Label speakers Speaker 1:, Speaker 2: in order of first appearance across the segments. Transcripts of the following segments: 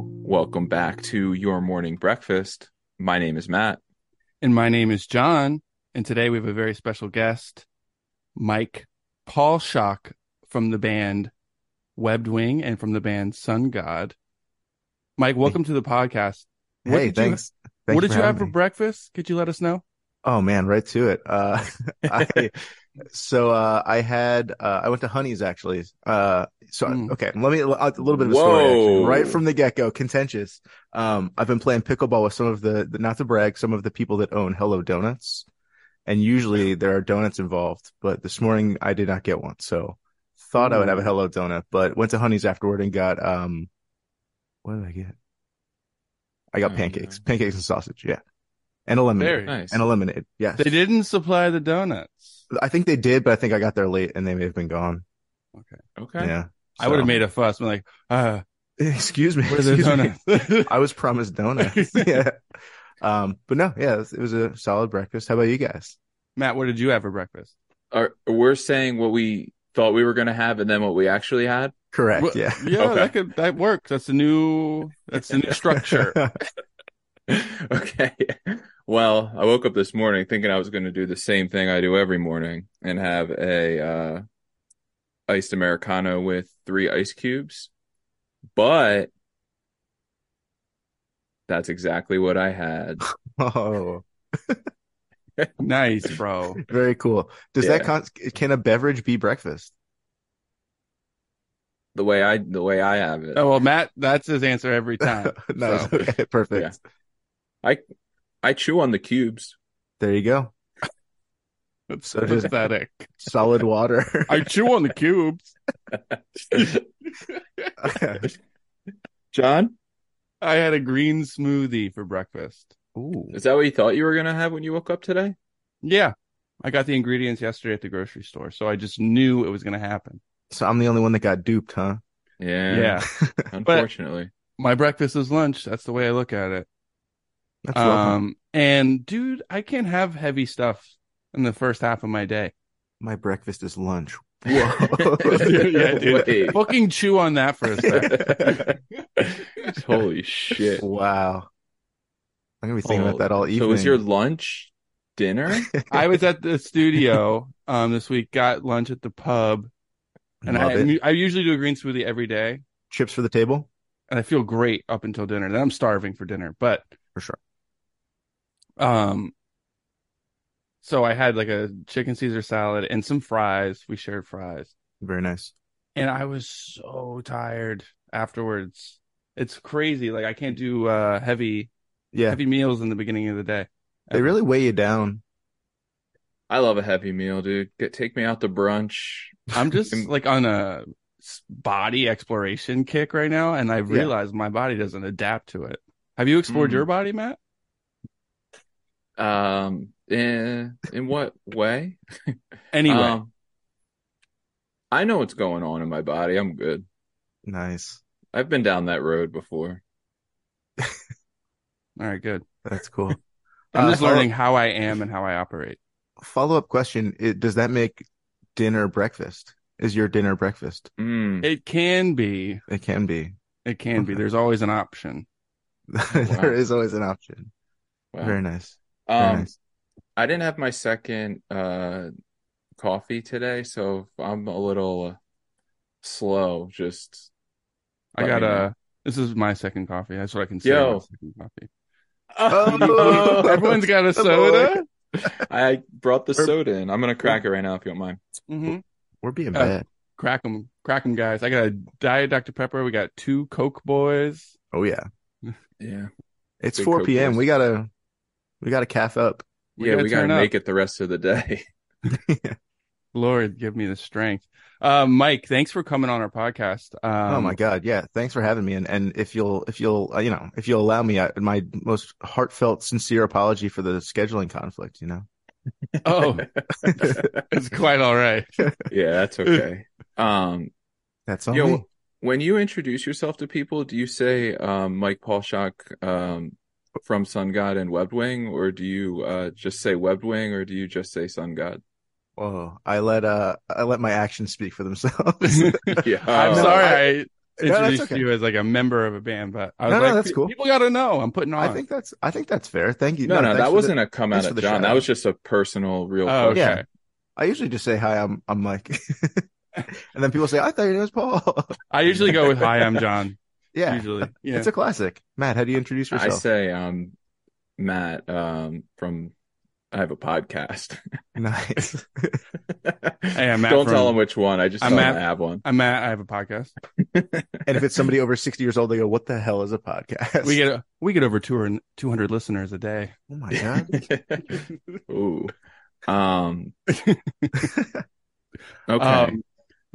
Speaker 1: welcome back to your morning breakfast. My name is Matt.
Speaker 2: And my name is John. And today we have a very special guest, Mike Paul Shock from the band Webbed Wing and from the band Sun God. Mike, welcome to the podcast. What did
Speaker 3: hey,
Speaker 2: you-
Speaker 3: thanks. Thanks
Speaker 2: what did you have
Speaker 3: having
Speaker 2: for
Speaker 3: me.
Speaker 2: breakfast? Could you let us know?
Speaker 3: Oh man, right to it. Uh, I, so uh, I had uh, I went to Honey's actually. Uh, so
Speaker 2: Mm.
Speaker 3: okay, let me a little bit of a story
Speaker 1: Whoa.
Speaker 3: actually, right from the get go. Contentious. Um, I've been playing pickleball with some of the not to brag, some of the people that own Hello Donuts, and usually there are donuts involved. But this morning I did not get one, so thought I would have a Hello Donut, but went to Honey's afterward and got um, what did I get? I got
Speaker 1: Oh,
Speaker 3: pancakes, pancakes and sausage. Yeah, and a lemonade
Speaker 2: Very.
Speaker 1: Nice.
Speaker 3: and eliminated. Yes.
Speaker 2: They didn't supply the donuts.
Speaker 3: I think they did, but I think I got there late and they may have been gone.
Speaker 1: Okay.
Speaker 3: Yeah.
Speaker 2: I would
Speaker 3: So-
Speaker 2: have made a fuss. Been like, uh,
Speaker 3: Excuse me.
Speaker 2: where are the
Speaker 3: excuse me.
Speaker 2: donuts?
Speaker 3: I was promised donuts. yeah. Um, but no, yeah, it was- it was a solid breakfast. How about you guys?
Speaker 2: Matt, what did you have for breakfast?
Speaker 1: Are, we're saying what we thought we were going to have and then what we actually had.
Speaker 3: Correct.
Speaker 2: What-
Speaker 3: yeah.
Speaker 2: Yeah,
Speaker 1: Okay.
Speaker 2: that could that works. That's a new that's a new structure.
Speaker 1: okay. Well, I woke up this morning thinking I was going to do the same thing I do every morning and have a uh, iced americano with three ice cubes, but that's exactly what I had.
Speaker 3: oh,
Speaker 2: nice, bro.
Speaker 3: very cool. Does that
Speaker 1: Yeah.
Speaker 3: con- can a beverage be breakfast?
Speaker 1: The way I the way I have it,
Speaker 2: Oh well, Matt, that's his answer every time.
Speaker 3: no.
Speaker 2: So,
Speaker 3: Okay, perfect.
Speaker 1: I chew on the cubes.
Speaker 3: There you go.
Speaker 2: that's
Speaker 3: So just-
Speaker 2: pathetic.
Speaker 3: Solid water.
Speaker 2: I chew on the cubes.
Speaker 1: John,
Speaker 2: I had a green smoothie for breakfast.
Speaker 3: Ooh.
Speaker 1: is that what you thought you were going to have when you woke up today?
Speaker 2: Yeah, I got the ingredients yesterday at the grocery store, so I just knew it was going to happen.
Speaker 3: So I'm the only one that got duped, huh?
Speaker 1: Yeah.
Speaker 2: Yeah,
Speaker 1: Unfortunately.
Speaker 2: my breakfast is lunch. That's the way I look at it.
Speaker 3: That's welcome.
Speaker 2: Um, and dude, I can't have heavy stuff in the first half of my day.
Speaker 3: My breakfast is lunch. Whoa.
Speaker 2: Yeah, dude.
Speaker 1: Wait.
Speaker 2: Fucking chew on that for a second.
Speaker 1: Holy shit.
Speaker 3: Wow. I'm gonna be thinking
Speaker 1: Oh,
Speaker 3: about that all evening.
Speaker 1: So was your lunch dinner?
Speaker 2: I was at the studio um this week, got lunch at the pub, and
Speaker 3: Love
Speaker 2: I
Speaker 3: it.
Speaker 2: I usually do a green smoothie every day,
Speaker 3: chips for the table?
Speaker 2: and I feel great up until dinner. Then I'm starving for dinner, but
Speaker 3: For sure.
Speaker 2: um, so I had like a chicken Caesar salad and some fries. We shared fries,
Speaker 3: Very nice.
Speaker 2: and I was so tired afterwards. It's crazy. Like I can't do uh heavy
Speaker 3: Yeah.
Speaker 2: heavy meals in the beginning of the day.
Speaker 3: they really weigh you down.
Speaker 1: I love a heavy meal, dude. Get, take me out to brunch.
Speaker 2: I'm just like on a s- body exploration kick right now, and I've
Speaker 3: Yeah. Mm-hmm.
Speaker 2: realized my body doesn't adapt to it. Have you explored
Speaker 1: Mm.
Speaker 2: your body, Matt?
Speaker 1: Um, in, in what way?
Speaker 2: Anyway,
Speaker 1: Um, I know what's going on in my body. I'm good.
Speaker 3: Nice.
Speaker 1: I've been down that road before.
Speaker 2: all right, good.
Speaker 3: That's cool.
Speaker 2: I'm just
Speaker 3: Uh,
Speaker 2: learning how I am and how I operate.
Speaker 3: Follow up question. It, does that make dinner breakfast? Is your dinner breakfast?
Speaker 1: Mm.
Speaker 2: It can be,
Speaker 3: It can be.
Speaker 2: it can be.
Speaker 3: Okay.
Speaker 2: There's always an option.
Speaker 3: there is always an option.
Speaker 1: Wow.
Speaker 3: Very nice. Very
Speaker 1: Um,
Speaker 3: nice.
Speaker 1: I didn't have my second uh coffee today, so I'm a little uh, slow. Just
Speaker 2: I
Speaker 1: Let
Speaker 2: got
Speaker 1: me know.
Speaker 2: a. This is my second coffee. That's what I consider
Speaker 1: Yo.
Speaker 2: my second coffee.
Speaker 3: Oh.
Speaker 2: Everyone's got a
Speaker 3: Boy.
Speaker 2: soda.
Speaker 1: I brought the soda in. I'm gonna crack it right now if you don't mind.
Speaker 2: Mm-hmm.
Speaker 3: We're being
Speaker 2: uh,
Speaker 3: bad.
Speaker 2: Crack them, crack them, guys. I got a diet Dr Pepper. We got two Coke boys.
Speaker 3: Oh yeah.
Speaker 1: Yeah,
Speaker 3: It's
Speaker 1: Big
Speaker 3: four
Speaker 1: Coke
Speaker 3: p.m.
Speaker 1: boys.
Speaker 3: We gotta. We gotta calf up.
Speaker 2: We
Speaker 1: yeah,
Speaker 2: gotta
Speaker 1: we gotta
Speaker 2: turn up.
Speaker 1: make it the rest of the day.
Speaker 2: Lord, give me the strength. Uh, Mike, thanks for coming on our podcast. Um,
Speaker 3: oh my god. Yeah. Thanks for having me. And and if you'll if you'll uh, you know if you'll allow me, I, my most heartfelt sincere apology for the scheduling conflict. You know.
Speaker 2: Oh, it's quite all right.
Speaker 1: yeah, that's okay. Um,
Speaker 3: That's on
Speaker 1: Yo,
Speaker 3: me.
Speaker 1: when you introduce yourself to people, do you say um, Mike Paulshock um, from Sun God and Webbed Wing, or do you uh, just say Webbed Wing, or do you just say Sun God?
Speaker 3: Oh, Whoa. I let uh I let my actions speak for themselves.
Speaker 1: Yeah, Oh.
Speaker 2: I'm
Speaker 3: no,
Speaker 2: sorry.
Speaker 3: No, that's
Speaker 2: introduced
Speaker 3: okay.
Speaker 2: you as like a member of a band, but I was
Speaker 3: No, no,
Speaker 2: like,
Speaker 3: that's
Speaker 2: "Pe-
Speaker 3: cool.
Speaker 2: People got to know I'm putting on.
Speaker 3: I think that's I think that's fair. Thank you.
Speaker 1: No, no,
Speaker 3: thanks for
Speaker 1: that
Speaker 3: the-
Speaker 1: wasn't a come out
Speaker 3: thanks for
Speaker 1: at
Speaker 3: the
Speaker 1: John.
Speaker 3: shout
Speaker 1: That
Speaker 3: out.
Speaker 1: was just a personal, real.
Speaker 2: Oh, okay.
Speaker 1: post.
Speaker 3: yeah. I usually just say hi. I'm I'm Mike, and then people say I thought your name was Paul.
Speaker 2: I usually go with "Hi, I'm John."
Speaker 3: yeah,
Speaker 2: Usually, yeah.
Speaker 3: it's a classic. Matt, how do you introduce
Speaker 1: I
Speaker 3: yourself?
Speaker 1: say, um, Matt, um, from I have a podcast.
Speaker 3: nice.
Speaker 2: hey, I'm Matt.
Speaker 1: Don't
Speaker 2: from-
Speaker 1: tell him which one. I just
Speaker 2: I'm
Speaker 1: tell
Speaker 2: Matt-
Speaker 1: him I have one.
Speaker 2: I'm Matt. I have a podcast.
Speaker 3: and if it's somebody over sixty years old, they go, "What the hell is a podcast?"
Speaker 2: We get we get over two hundred 200 listeners a day.
Speaker 3: oh my god.
Speaker 1: Ooh. Um. Okay.
Speaker 2: Um,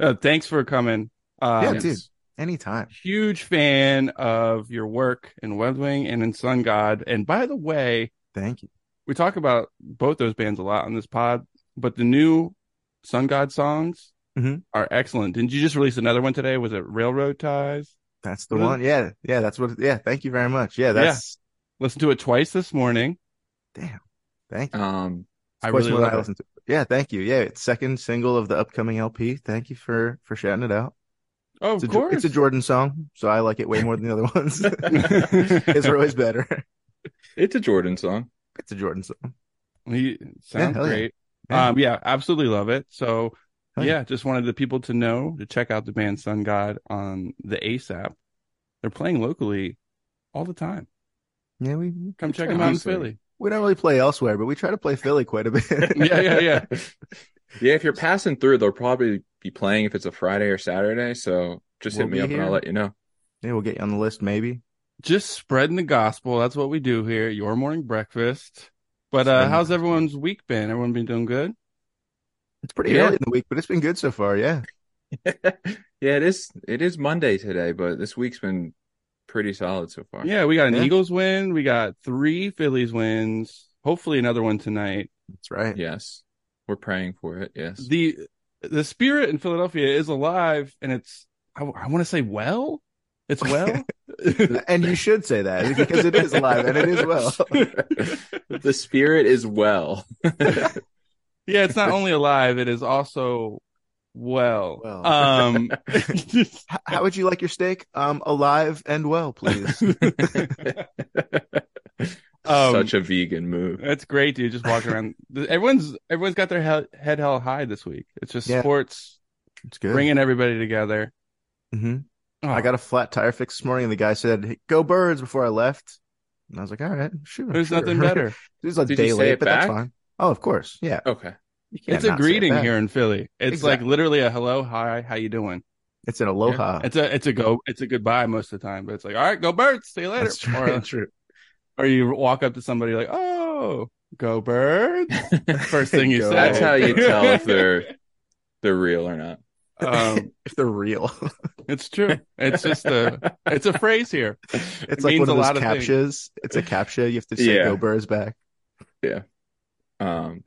Speaker 2: uh, thanks for coming. Uh,
Speaker 3: Yeah, dude. Anytime.
Speaker 2: Huge fan of your work in Webwing and in Sun God. And by the way,
Speaker 3: Thank you.
Speaker 2: we talk about both those bands a lot on this pod, but the new Sun God songs
Speaker 3: Mhm.
Speaker 2: are excellent. Didn't you just release another one today? Was it Railroad Ties?
Speaker 3: That's the
Speaker 2: Really?
Speaker 3: one. Yeah. Yeah. That's what. Yeah. Thank you very much. Yeah. That's.
Speaker 2: Listen to it twice this morning.
Speaker 3: Thank you.
Speaker 1: Um,
Speaker 2: I
Speaker 3: Question
Speaker 2: really
Speaker 3: that
Speaker 2: love it.
Speaker 3: listened to. Yeah. Thank you. Yeah. It's second single of the upcoming LP. Thank you for for shouting it out.
Speaker 2: Oh, of
Speaker 3: It's a, Jo-
Speaker 2: course.
Speaker 3: it's a Jordan song, so I like it way more than the other ones. His are always better.
Speaker 1: it's a Jordan song.
Speaker 3: It's a Jordan song.
Speaker 2: He- sounds
Speaker 3: hell yeah.
Speaker 2: great.
Speaker 3: Yeah.
Speaker 2: Um, yeah, absolutely love it. So,
Speaker 3: Hell
Speaker 2: yeah, just wanted the people to know to check out the band Sun God on the ASAP. They're playing locally all the time.
Speaker 3: Yeah, we
Speaker 2: Come
Speaker 3: we
Speaker 2: check
Speaker 3: try-
Speaker 2: them out in
Speaker 1: honestly.
Speaker 2: Philly.
Speaker 3: We don't really play elsewhere, but we try to play Philly quite a bit.
Speaker 2: Yeah, yeah, yeah.
Speaker 1: Yeah, if you're passing through, they'll probably be playing if it's a Friday or Saturday. So just
Speaker 3: We'll
Speaker 1: hit me
Speaker 3: be
Speaker 1: up and I'll
Speaker 3: here.
Speaker 1: let you know.
Speaker 3: yeah, we'll get you on the list maybe.
Speaker 2: just spreading the gospel. That's what we do here. at Your morning breakfast. But
Speaker 3: Spreading
Speaker 2: uh,
Speaker 3: the
Speaker 2: how's
Speaker 3: gospel.
Speaker 2: everyone's week been? Everyone been doing good?
Speaker 3: It's pretty
Speaker 1: Yeah.
Speaker 3: early in the week, but it's been good so far. Yeah.
Speaker 1: yeah, it is. It is Monday today, but this week's been pretty solid so far.
Speaker 2: Yeah, we got an
Speaker 3: Yeah.
Speaker 2: Eagles win. We got three Phillies wins. Hopefully another one tonight.
Speaker 3: That's right.
Speaker 1: Yes, we're praying for it. Yes.
Speaker 2: The the spirit in Philadelphia is alive, and it's I, want to say well, it's well.
Speaker 3: And you should say that because it is live and it is well.
Speaker 1: the spirit is well.
Speaker 2: yeah, it's not only alive; it is also well.
Speaker 3: Well.
Speaker 2: Um,
Speaker 3: H- How would you like your steak? Um, alive and well, please.
Speaker 2: Um, uh,
Speaker 1: Such a vegan move.
Speaker 2: That's great, dude. Just walking around. everyone's everyone's got their he- head held high this week. It's just
Speaker 3: Yeah.
Speaker 2: sports
Speaker 3: It's good.
Speaker 2: bringing everybody together.
Speaker 3: hmm
Speaker 2: Oh,
Speaker 3: I got a flat tire fix this morning, and the guy said, hey, "Go birds!" Before I left, and I was like, "All right, sure."
Speaker 2: There's
Speaker 3: sure."
Speaker 2: nothing better.
Speaker 3: it was a
Speaker 1: Did you
Speaker 3: day
Speaker 1: say
Speaker 3: late,
Speaker 1: it
Speaker 3: but that's
Speaker 1: back?
Speaker 3: fine. Oh, of course, yeah.
Speaker 1: Okay.
Speaker 3: You can't
Speaker 2: it's a
Speaker 3: not say it
Speaker 2: greeting
Speaker 3: back.
Speaker 2: here in Philly. It's
Speaker 3: Exactly.
Speaker 2: like literally a hello, hi, how you doing?
Speaker 3: It's an aloha.
Speaker 2: It's a it's a go. It's a goodbye most of the time, but it's like all right, go birds. See you later.
Speaker 3: That's true.
Speaker 2: Or,
Speaker 3: true.
Speaker 2: or you walk up to somebody like, oh, go birds. First thing you
Speaker 3: Go
Speaker 2: say.
Speaker 1: That's how you tell if they're they're real or not.
Speaker 2: um,
Speaker 3: if they're real.
Speaker 2: it's true. It's just a it's a phrase here.
Speaker 3: It's
Speaker 2: It
Speaker 3: like
Speaker 2: means
Speaker 3: one
Speaker 2: a
Speaker 3: of those
Speaker 2: lot of things.
Speaker 3: captchas. It's a captcha. You have to say
Speaker 1: Yeah.
Speaker 3: "Go Birds" back.
Speaker 1: Um.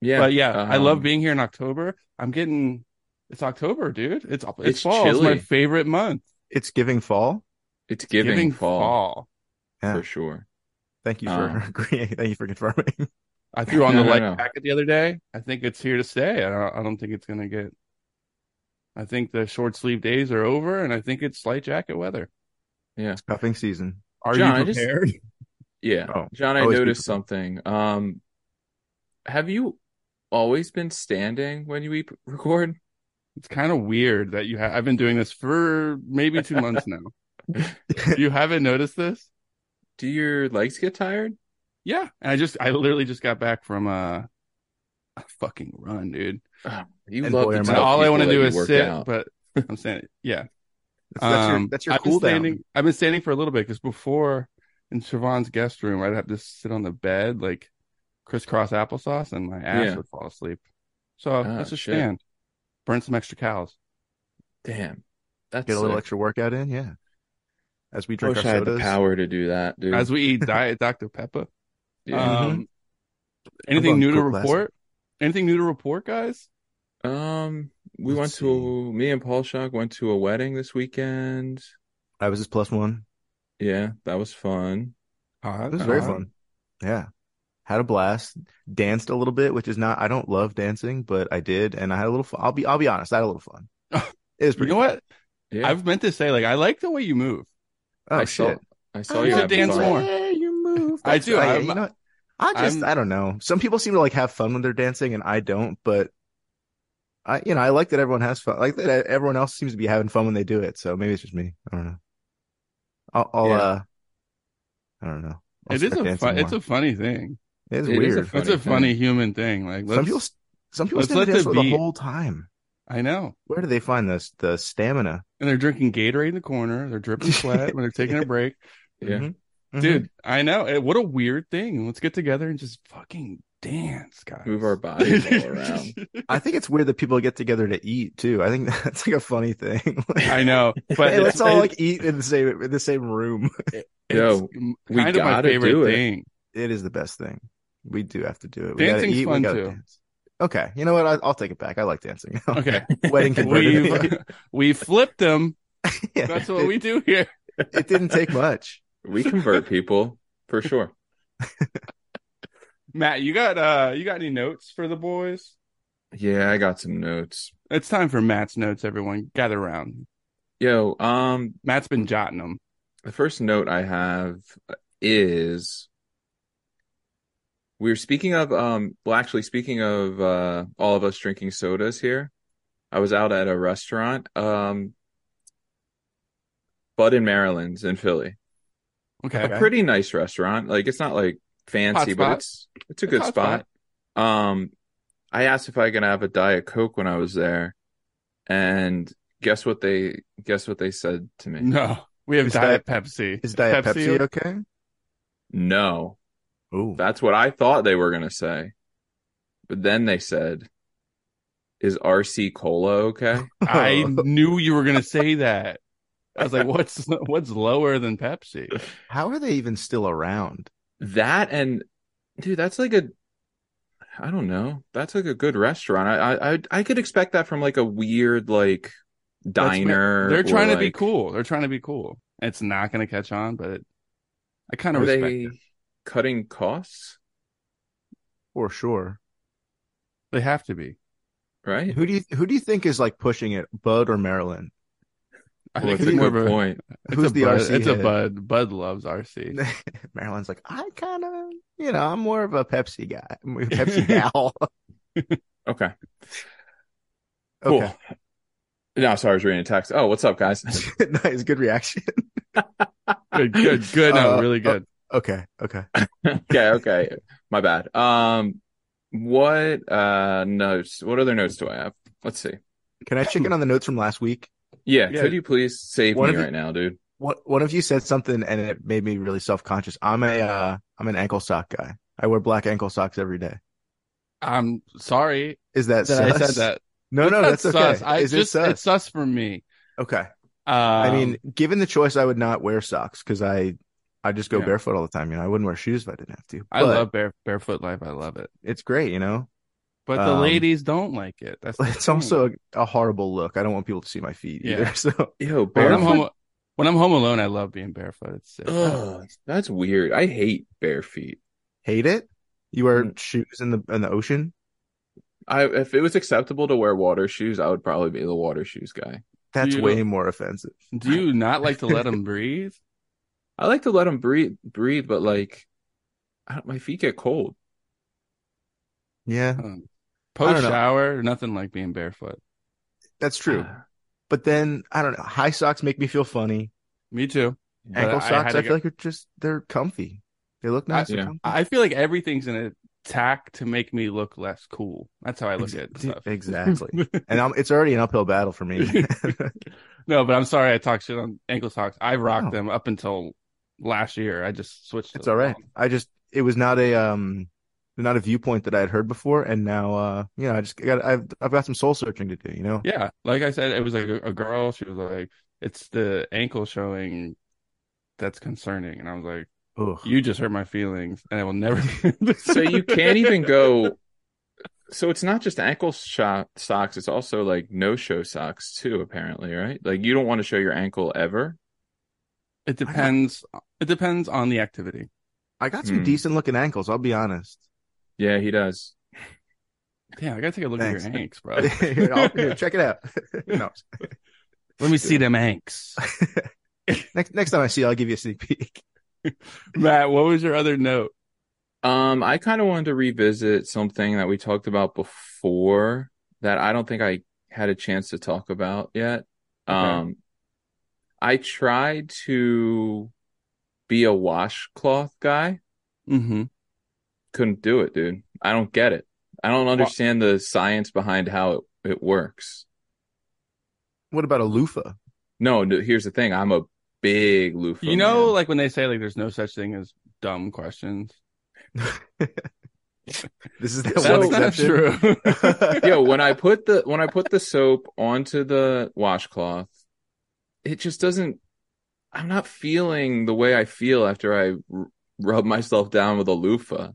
Speaker 1: Yeah,
Speaker 2: but yeah, I love
Speaker 1: um,
Speaker 2: being here in October. I'm getting it's October, dude. It's it's,
Speaker 1: It's
Speaker 2: fall. It's my
Speaker 1: chilly.
Speaker 2: favorite month.
Speaker 3: It's giving fall.
Speaker 1: It's giving, fall,
Speaker 3: Yeah.
Speaker 1: for sure.
Speaker 3: Thank you for
Speaker 1: Um,
Speaker 3: agreeing. Thank you for confirming.
Speaker 2: I threw on
Speaker 1: No,
Speaker 2: the
Speaker 1: no,
Speaker 2: light
Speaker 1: no.
Speaker 2: packet the other day. I think it's here to stay. I don't, I don't think it's gonna get. I think the short sleeve days are over, and I think it's light jacket weather.
Speaker 3: Cuffing season.
Speaker 2: Are
Speaker 1: John,
Speaker 2: you
Speaker 1: I just-
Speaker 2: prepared?
Speaker 1: Yeah,
Speaker 3: Oh,
Speaker 1: John, I
Speaker 3: always be
Speaker 1: noticed
Speaker 3: prepared.
Speaker 1: something. Um, have you always been standing when you e- record?
Speaker 2: It's kind of weird that you have. I've been doing this for maybe two months now. you haven't noticed this?
Speaker 1: Do your legs get tired?
Speaker 2: Yeah, and I just I literally just got back from uh, a fucking run, dude.
Speaker 1: Oh, you
Speaker 3: And
Speaker 1: love
Speaker 3: boy,
Speaker 1: to
Speaker 3: am I-
Speaker 2: And
Speaker 1: tell
Speaker 2: all I
Speaker 1: people
Speaker 2: want to
Speaker 1: that
Speaker 2: do
Speaker 1: you
Speaker 2: is
Speaker 1: work
Speaker 2: sit,
Speaker 1: out.
Speaker 2: but I'm saying, yeah.
Speaker 3: That's, that's your,
Speaker 2: Um,
Speaker 3: that's your
Speaker 2: I've been
Speaker 3: cool down.
Speaker 2: standing- I've been standing for a little bit because before in Siobhan's guest room, I'd have to sit on the bed like crisscross applesauce, and my ass
Speaker 1: Yeah.
Speaker 2: would fall asleep. So
Speaker 1: Ah,
Speaker 2: let's just
Speaker 1: shit.
Speaker 2: stand, burn some extra cows.
Speaker 1: Damn, that's
Speaker 3: Get a little
Speaker 1: sick.
Speaker 3: extra workout in. Yeah. As we
Speaker 1: I
Speaker 3: drink
Speaker 1: wish
Speaker 3: our
Speaker 1: I had the
Speaker 3: sodas.
Speaker 1: power to do that, dude.
Speaker 2: As we eat Diet Dr Pepper.
Speaker 1: Yeah.
Speaker 2: Um,
Speaker 3: going
Speaker 2: Anything new to
Speaker 3: cool classic.
Speaker 2: report? Anything new to report, guys? uh-huh.
Speaker 1: um, we
Speaker 3: let's
Speaker 1: went to me and Paul Shock went to a wedding this weekend.
Speaker 3: I was just plus one.
Speaker 1: Yeah, that was fun.
Speaker 2: Uh,
Speaker 3: It was very fun. Yeah. Had a blast. Danced a little bit, which is not I don't love dancing, but I did and I had a little fun. I'll be I'll be honest, I had a little fun. It was
Speaker 2: You
Speaker 3: pretty
Speaker 2: know what?
Speaker 1: Yeah,
Speaker 2: I've meant to say, like, I like the way you move.
Speaker 3: Oh
Speaker 1: I saw-
Speaker 3: shit!
Speaker 1: I saw
Speaker 2: I
Speaker 1: you
Speaker 2: love
Speaker 1: have
Speaker 2: dance
Speaker 1: fun.
Speaker 2: more.
Speaker 3: Yeah, you move.
Speaker 2: I do,
Speaker 3: I,
Speaker 2: I'm-
Speaker 3: you know, I just
Speaker 2: I'm-
Speaker 3: I don't know. Some people seem to like have fun when they're dancing, and I don't. But I, you know, I like that everyone has fun. I Like that everyone else seems to be having fun when they do it. So maybe it's just me. I don't know. I'll, I'll
Speaker 1: Yeah.
Speaker 3: uh, I don't know. I'll
Speaker 2: it is
Speaker 3: start
Speaker 2: a
Speaker 3: dancing
Speaker 2: fun,
Speaker 3: more.
Speaker 2: it's a funny thing.
Speaker 3: It is
Speaker 1: it is a
Speaker 3: weird.
Speaker 1: funny
Speaker 2: it's a
Speaker 1: thing.
Speaker 2: funny human thing. Like,
Speaker 3: some
Speaker 2: let's,
Speaker 3: people, some people
Speaker 2: let's
Speaker 3: stand
Speaker 2: let
Speaker 3: there
Speaker 2: the
Speaker 3: for the
Speaker 2: beat-
Speaker 3: whole time.
Speaker 2: I know.
Speaker 3: Where do they find this? The stamina,
Speaker 2: And they're drinking Gatorade in the corner. They're dripping sweat when they're taking a break.
Speaker 1: Yeah.
Speaker 3: Mhm. Mhm.
Speaker 2: Dude, I know. Eh, What a weird thing. Let's get together and just fucking dance, guys.
Speaker 1: Move our bodies all around.
Speaker 3: I think it's weird that people get together to eat too. I think that's like a funny thing. Like,
Speaker 2: I know. But
Speaker 3: hey,
Speaker 2: it's,
Speaker 3: let's all
Speaker 2: it's-
Speaker 3: like eat in the same in the same room.
Speaker 2: it's
Speaker 1: Yo,
Speaker 2: m-
Speaker 1: we
Speaker 2: kind of my
Speaker 1: gotta
Speaker 2: favorite
Speaker 1: do it.
Speaker 2: thing.
Speaker 3: It is the best thing. We do have to do it. We gotta
Speaker 2: Dancing's
Speaker 3: eat, we
Speaker 2: fun,
Speaker 3: gotta
Speaker 2: too.
Speaker 3: dance. Okay, you know what? I, I'll take it back. I like dancing.
Speaker 2: Okay.
Speaker 3: Wedding
Speaker 2: We've
Speaker 3: converted.
Speaker 2: we flipped them.
Speaker 3: Yeah.
Speaker 2: That's what
Speaker 3: it,
Speaker 2: we do here.
Speaker 3: It didn't take much.
Speaker 1: We convert people for sure.
Speaker 2: Matt, you got uh you got any notes for the boys?
Speaker 1: Yeah, I got some notes.
Speaker 2: It's time for Matt's notes, everyone. Gather around.
Speaker 1: Yo, um,
Speaker 2: Matt's been jotting them.
Speaker 1: the first note I have is we're speaking of um well actually speaking of uh all of us drinking sodas here. I was out at a restaurant um Bud in Maryland's in Philly.
Speaker 2: Okay.
Speaker 1: A pretty nice restaurant. Like it's not like fancy,
Speaker 2: Hot
Speaker 1: but
Speaker 2: spot.
Speaker 1: it's it's a
Speaker 2: It's
Speaker 1: good
Speaker 2: hot
Speaker 1: spot. Um I asked if I could have a diet coke when I was there and guess what they guess what they said to me?
Speaker 2: No. We have
Speaker 3: Is
Speaker 2: Diet Pepsi.
Speaker 3: Is Diet
Speaker 2: Pepsi
Speaker 3: Pepsi, okay?
Speaker 1: no.
Speaker 3: Ooh.
Speaker 1: That's what I thought they were going to say. But then they said, is RC Cola okay?
Speaker 2: I
Speaker 3: Oh.
Speaker 2: knew you were gonna say that. I was like, what's what's lower than Pepsi?
Speaker 3: How are they even still around?
Speaker 1: that and dude, that's like a, I don't know. That's like a good restaurant. I, I, I, I could expect that from like a weird, like
Speaker 2: That's ma-
Speaker 1: diner.
Speaker 2: They're
Speaker 1: or,
Speaker 2: trying to be
Speaker 1: like-
Speaker 2: cool. They're trying to be cool. It's not going to catch on, but it, I kind of
Speaker 1: Are
Speaker 2: respect.
Speaker 1: they
Speaker 2: it.
Speaker 1: cutting costs?
Speaker 3: For sure.
Speaker 2: They have to be.
Speaker 1: Right?
Speaker 3: Who do you who do you think is like pushing it? Bud or Marilyn?
Speaker 2: I
Speaker 1: Well,
Speaker 2: think
Speaker 1: it's
Speaker 2: it's
Speaker 1: a
Speaker 2: more
Speaker 1: good
Speaker 2: of a.
Speaker 1: point.
Speaker 2: It's
Speaker 3: Who's
Speaker 2: a
Speaker 3: the
Speaker 2: bud,
Speaker 3: RC
Speaker 2: It's a
Speaker 3: head?
Speaker 2: bud. Bud loves RC.
Speaker 3: Marilyn's like, I kind of, you know, I'm more of a Pepsi guy, I'm a Pepsi gal.
Speaker 1: Okay. Cool.
Speaker 3: okay,
Speaker 1: No, sorry, I was reading a text. Oh, what's up, guys?
Speaker 3: nice, good reaction.
Speaker 2: Good, good, good. No,
Speaker 3: Uh,
Speaker 2: really good.
Speaker 3: Okay, okay.
Speaker 1: okay, okay. My bad. Um what uh notes what other notes do I have? Let's see.
Speaker 3: Can I check in on the notes from last week?
Speaker 1: Yeah,
Speaker 2: Yeah.
Speaker 1: could you please save
Speaker 3: One
Speaker 1: me
Speaker 3: of the-
Speaker 1: right now, dude?
Speaker 3: What one of you said something and it made me really self conscious. I'm a uh, I'm an ankle sock guy. I wear black ankle socks every day.
Speaker 2: I'm sorry
Speaker 3: Is that,
Speaker 2: that I said
Speaker 3: sus?
Speaker 2: that.
Speaker 3: No, no,
Speaker 2: It's
Speaker 3: that's
Speaker 2: not
Speaker 3: okay.
Speaker 2: sus. I
Speaker 3: Is
Speaker 2: just
Speaker 3: it sus?
Speaker 2: it's sus for me.
Speaker 3: Okay.
Speaker 2: Um,
Speaker 3: I mean, given the choice, I would not wear socks because I I just go
Speaker 2: Yeah.
Speaker 3: barefoot all the time. You know, I wouldn't wear shoes if I didn't have to.
Speaker 2: I
Speaker 3: But
Speaker 2: love bare, barefoot life. I love it,
Speaker 3: it's great. You know,
Speaker 2: but the
Speaker 3: Um,
Speaker 2: ladies don't like it. That's the
Speaker 3: it's
Speaker 2: thing.
Speaker 3: also a, a horrible look. I don't want people to see my feet
Speaker 2: Hmm. Yeah.
Speaker 3: either. So
Speaker 1: Yo,
Speaker 2: But when I'm
Speaker 1: barefoot.
Speaker 2: home. When I'm home alone, I love being barefoot. It's sick.
Speaker 1: Ugh, that's weird. I hate bare feet.
Speaker 3: hate it. You wear
Speaker 2: Hmm.
Speaker 1: Mm.
Speaker 3: shoes in the in the ocean.
Speaker 1: I if it was acceptable to wear water shoes, I would probably be the water shoes guy.
Speaker 3: That's
Speaker 2: You-
Speaker 3: way more offensive.
Speaker 2: Do you not like to let them breathe?
Speaker 1: I like to let them breathe breathe, but like I don't, my feet get cold.
Speaker 3: Yeah,
Speaker 2: Um,
Speaker 3: I
Speaker 2: Post
Speaker 3: don't know.
Speaker 2: shower, nothing like being barefoot.
Speaker 3: that's true. But then I don't know. High socks make me feel funny.
Speaker 2: Me too. But
Speaker 3: Ankle
Speaker 2: I
Speaker 3: socks,
Speaker 2: had
Speaker 3: I,
Speaker 2: to
Speaker 3: feel
Speaker 2: go-
Speaker 3: like are just they're comfy. They look nice.
Speaker 1: yeah.
Speaker 3: they're comfy.
Speaker 2: I feel like everything's an attack to make me look less cool. That's how I look
Speaker 3: Ex-
Speaker 2: at
Speaker 3: dude,
Speaker 2: stuff.
Speaker 3: exactly. and I'm, it's already an uphill battle for me.
Speaker 2: no, but I'm sorry I talked shit on ankle socks. I rocked
Speaker 3: No.
Speaker 2: them up until last year. I just switched. to
Speaker 3: Oh. it's all right. I just it was not a um not a viewpoint that I had heard before, and now uh you know I just got I've I've got some soul searching to do. You know,
Speaker 2: Yeah, like I said, it was like a, a girl. She was like, "It's the ankle showing that's concerning," and I was like,
Speaker 3: Ugh.
Speaker 2: "You just hurt my feelings, and I will never."
Speaker 1: So you can't even go so it's not just ankle shot socks, it's also like no show socks too, apparently, right? Like you don't want to show your ankle ever.
Speaker 2: It depends. It depends on the activity.
Speaker 3: I got some
Speaker 1: Hmm.
Speaker 3: decent looking ankles. I'll be honest.
Speaker 1: Yeah, he does.
Speaker 2: Yeah, I gotta take a look at
Speaker 3: Thanks.
Speaker 2: your hanks, bro.
Speaker 3: Here, I'll- here, check it out. no,
Speaker 2: Let me see them hanks.
Speaker 3: Next next time I see you, I'll give you a sneak peek.
Speaker 2: Matt, what was your other note?
Speaker 1: Um, I kind of wanted to revisit something that we talked about before that I don't think I had a chance to talk about yet.
Speaker 2: Okay.
Speaker 1: Um, I tried to be a washcloth guy.
Speaker 2: Mm-hmm.
Speaker 1: Couldn't do it, dude. I don't get it. I don't understand the science behind how it, it works.
Speaker 3: What about a loofah?
Speaker 1: No, no, here's the thing. I'm a big loofah.
Speaker 2: You know,
Speaker 1: man.
Speaker 2: like when they say like there's no such thing as dumb questions.
Speaker 3: This is that
Speaker 1: That's
Speaker 3: one
Speaker 1: not
Speaker 3: exception.
Speaker 2: true.
Speaker 1: yo when i put the when i put the soap onto the washcloth it just doesn't i'm not feeling the way i feel after i r- rub myself down with a loofah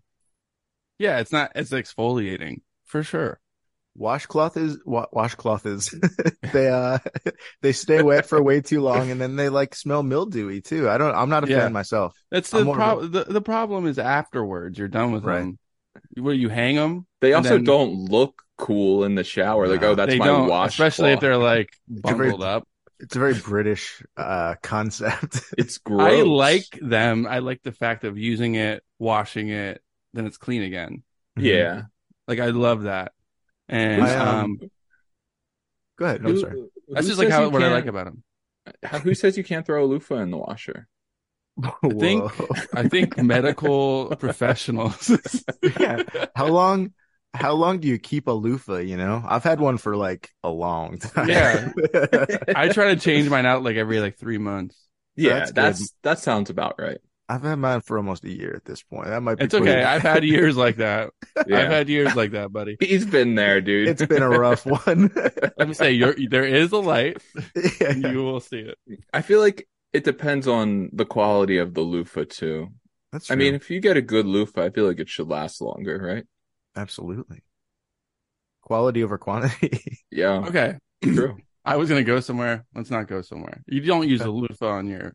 Speaker 2: yeah, it's not. It's exfoliating for sure.
Speaker 3: washcloth is wa- washcloth is they uh they stay wet for way too long and then they like smell mildewy too. I don't. I'm not a
Speaker 2: Yeah.
Speaker 3: fan myself.
Speaker 2: That's
Speaker 3: I'm
Speaker 2: the
Speaker 3: more of a-
Speaker 2: problem. The, the problem is afterwards. You're done with
Speaker 3: Right.
Speaker 2: them. Where you hang them?
Speaker 1: they
Speaker 2: And
Speaker 1: also
Speaker 2: then-
Speaker 1: don't look cool in the shower like
Speaker 3: No,
Speaker 1: oh that's
Speaker 2: they
Speaker 1: my
Speaker 2: don't,
Speaker 1: washcloth
Speaker 2: especially if they're like
Speaker 3: very-
Speaker 2: bundled up.
Speaker 3: It's a very British uh concept.
Speaker 1: it's gross
Speaker 2: I like them. I like the fact of using it, washing it, then it's clean again.
Speaker 1: Mm-hmm.
Speaker 3: Mm-hmm.
Speaker 1: yeah
Speaker 2: Like I love that. And
Speaker 3: I, um,
Speaker 2: um,
Speaker 3: Go ahead. I'm sorry.
Speaker 1: Who-
Speaker 2: that's
Speaker 1: who
Speaker 2: just like
Speaker 1: says
Speaker 2: how
Speaker 1: you
Speaker 2: what I
Speaker 1: can't-
Speaker 2: like about them.
Speaker 1: how- who says you can't throw a loofah in the washer
Speaker 2: think-
Speaker 3: Whoa.
Speaker 2: I think medical professionals.
Speaker 3: Yeah. how long? How long do you keep a loofah? You know, I've had one for like a long time.
Speaker 2: Yeah. I try to change mine out like every like three months.
Speaker 1: yeah
Speaker 3: That's
Speaker 1: that's,
Speaker 3: good.
Speaker 1: that sounds about right
Speaker 3: I've had mine for almost a year at this point. That might be
Speaker 2: It's okay.
Speaker 3: pretty-
Speaker 2: I've had years like that. I've
Speaker 1: yeah
Speaker 2: had years like that, buddy.
Speaker 1: he's been there dude
Speaker 3: it's been a rough one.
Speaker 2: Let me say, you're, there is a light,
Speaker 3: Yeah.
Speaker 2: and you will see it.
Speaker 1: I feel like it depends on the quality of the loofah too.
Speaker 3: That's
Speaker 1: I
Speaker 3: true.
Speaker 1: mean, if you get a good loofah, I feel like it should last longer, right?
Speaker 3: absolutely. Quality over quantity.
Speaker 1: Yeah,
Speaker 2: Okay,
Speaker 1: true.
Speaker 2: I was gonna go somewhere. Let's not go somewhere. You don't use the loofah on your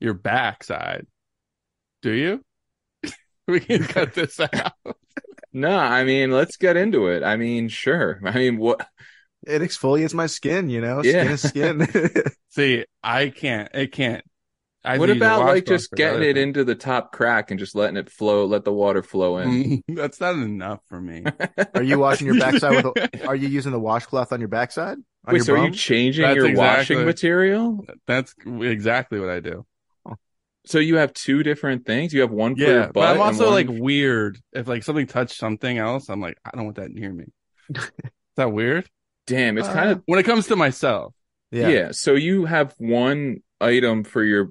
Speaker 2: your backside, do you? we can cut this out.
Speaker 1: No, I mean, let's get into it. I mean, sure. I mean, what?
Speaker 3: it exfoliates my skin. You know,
Speaker 1: Yeah.
Speaker 3: skin is skin.
Speaker 2: See, I can't. It can't. I
Speaker 1: what
Speaker 2: use a
Speaker 1: about like
Speaker 2: washcloth
Speaker 1: just
Speaker 2: for
Speaker 1: getting
Speaker 2: other
Speaker 1: it
Speaker 2: things.
Speaker 1: into the top crack and just letting it flow, let the water flow in?
Speaker 2: Mm, That's not enough for me.
Speaker 3: are you washing your backside with? A, are you using the washcloth on your backside?
Speaker 1: Wait,
Speaker 3: On your
Speaker 1: so are you
Speaker 3: bum?
Speaker 1: changing
Speaker 2: That's
Speaker 1: your
Speaker 2: exactly-
Speaker 1: washing material?
Speaker 2: That's exactly what I do.
Speaker 1: So you have two different things. You have one for your
Speaker 2: Yeah,
Speaker 1: butt.
Speaker 2: but I'm
Speaker 1: and
Speaker 2: also
Speaker 1: one-
Speaker 2: like weird. If like something touched something else, I'm like, I don't want that near me. Is that weird?
Speaker 1: damn, it's kind of
Speaker 2: When it comes to myself,
Speaker 1: yeah. So you have one item for your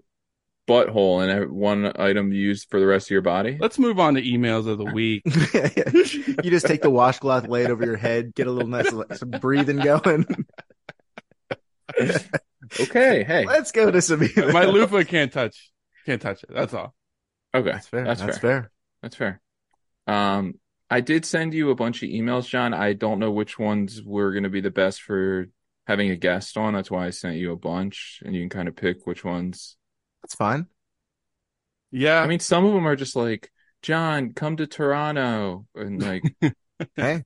Speaker 1: butthole and one item used for the rest of your body.
Speaker 2: let's move on to emails of the week.
Speaker 3: you just take the washcloth, lay it over your head, get a little nice some breathing going.
Speaker 1: okay, hey,
Speaker 3: Let's go to some.
Speaker 2: My loofah can't touch. Can't touch it. That's all.
Speaker 1: okay,
Speaker 3: That's fair. That's,
Speaker 1: That's
Speaker 3: fair.
Speaker 1: that's fair. Um, I did send you a bunch of emails, John. I don't know which ones were going to be the best for having a guest on. That's why I sent you a bunch, and you can kind of pick which ones.
Speaker 3: That's fine.
Speaker 2: Yeah.
Speaker 1: I mean, some of them are just like, John, come to Toronto, and like,
Speaker 2: hey,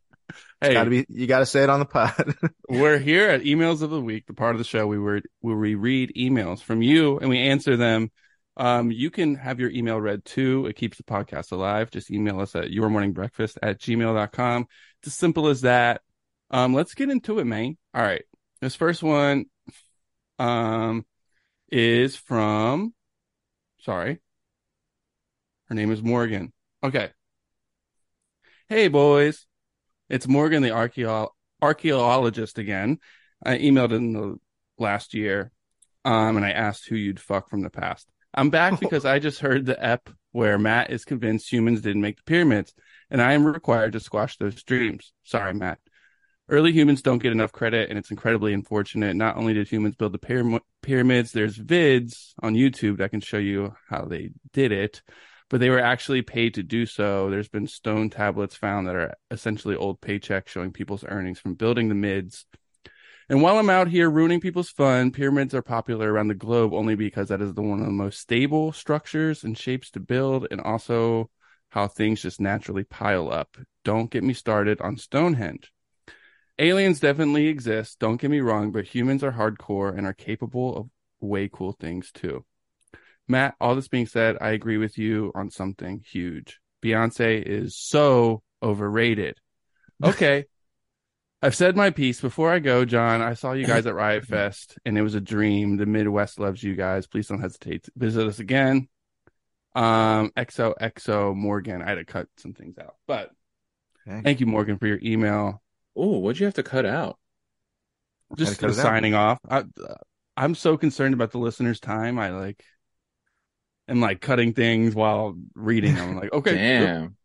Speaker 3: Gotta be. You gotta say it on the pod.
Speaker 2: we're here at Emails of the Week, the part of the show we were where we read emails from you and we answer them. Um, you can have your email read too. It keeps the podcast alive. Just email us at yourmorningbreakfast at gmail.com. It's as simple as that. Um, let's get into it, man. All right. This first one um is from sorry. Her name is Morgan. Okay. Hey boys. It's Morgan the archaeo- archaeologist again. I emailed in the last year, um, and I asked who you'd fuck from the past. I'm back because I just heard the ep where Matt is convinced humans didn't make the pyramids, and I am required to squash those dreams. Sorry, Matt. Early humans don't get enough credit, and it's incredibly unfortunate. Not only did humans build the pyram- pyramids, there's vids on YouTube that can show you how they did it, but they were actually paid to do so. There's been stone tablets found that are essentially old paychecks showing people's earnings from building the mids. And while I'm out here ruining people's fun, pyramids are popular around the globe only because that is the one of the most stable structures and shapes to build, and also how things just naturally pile up. Don't get me started on Stonehenge. aliens definitely exist. Don't get me wrong, but humans are hardcore and are capable of way cool things too. Matt, all this being said, I agree with you on something huge. Beyonce is so overrated. Okay. I've said my piece. Before I go, John, I saw you guys at Riot Fest and it was a dream. The Midwest loves you guys. Please don't hesitate to visit us again. Um, XOXO Morgan. I had to cut some things out, but
Speaker 3: Okay.
Speaker 2: thank you, Morgan, for your email.
Speaker 1: Oh, what'd you have to cut out?
Speaker 2: Just
Speaker 3: cut it out.
Speaker 2: signing off. I, I'm so concerned about the listeners' time. I like am like cutting things while reading. I'm like, okay,
Speaker 1: Damn.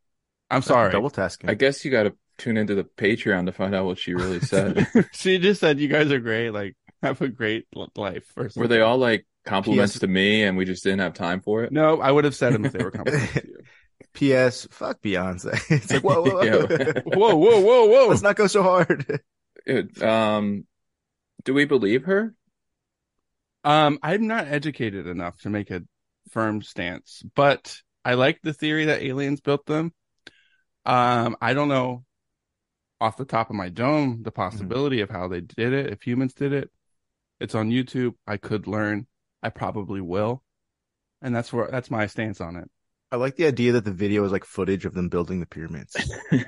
Speaker 2: I'm sorry.
Speaker 3: Double tasking.
Speaker 1: I guess you got to tune into the Patreon to find out what she really said.
Speaker 2: she just said, "You guys are great. Like, have a great l- life." Or
Speaker 1: Were they
Speaker 2: something.
Speaker 1: all like compliments
Speaker 3: P.S.
Speaker 1: to me and we just didn't have time for it?
Speaker 2: No, I would have said them if they were coming.
Speaker 3: P.S. Fuck Beyonce. it's like whoa, whoa, whoa.
Speaker 1: Yeah.
Speaker 2: whoa, whoa, whoa, whoa!
Speaker 3: Let's not go so hard.
Speaker 1: It- um, do we believe her?
Speaker 2: Um, I'm not educated enough to make a firm stance, but I like the theory that aliens built them. Um, I don't know off the top of my dome
Speaker 3: Mm-hmm.
Speaker 2: the possibility of how they did it, if humans did it. It's on YouTube. I could learn. I probably will. And that's where that's my stance on it.
Speaker 3: I like the idea that the video is like footage of them building the pyramids.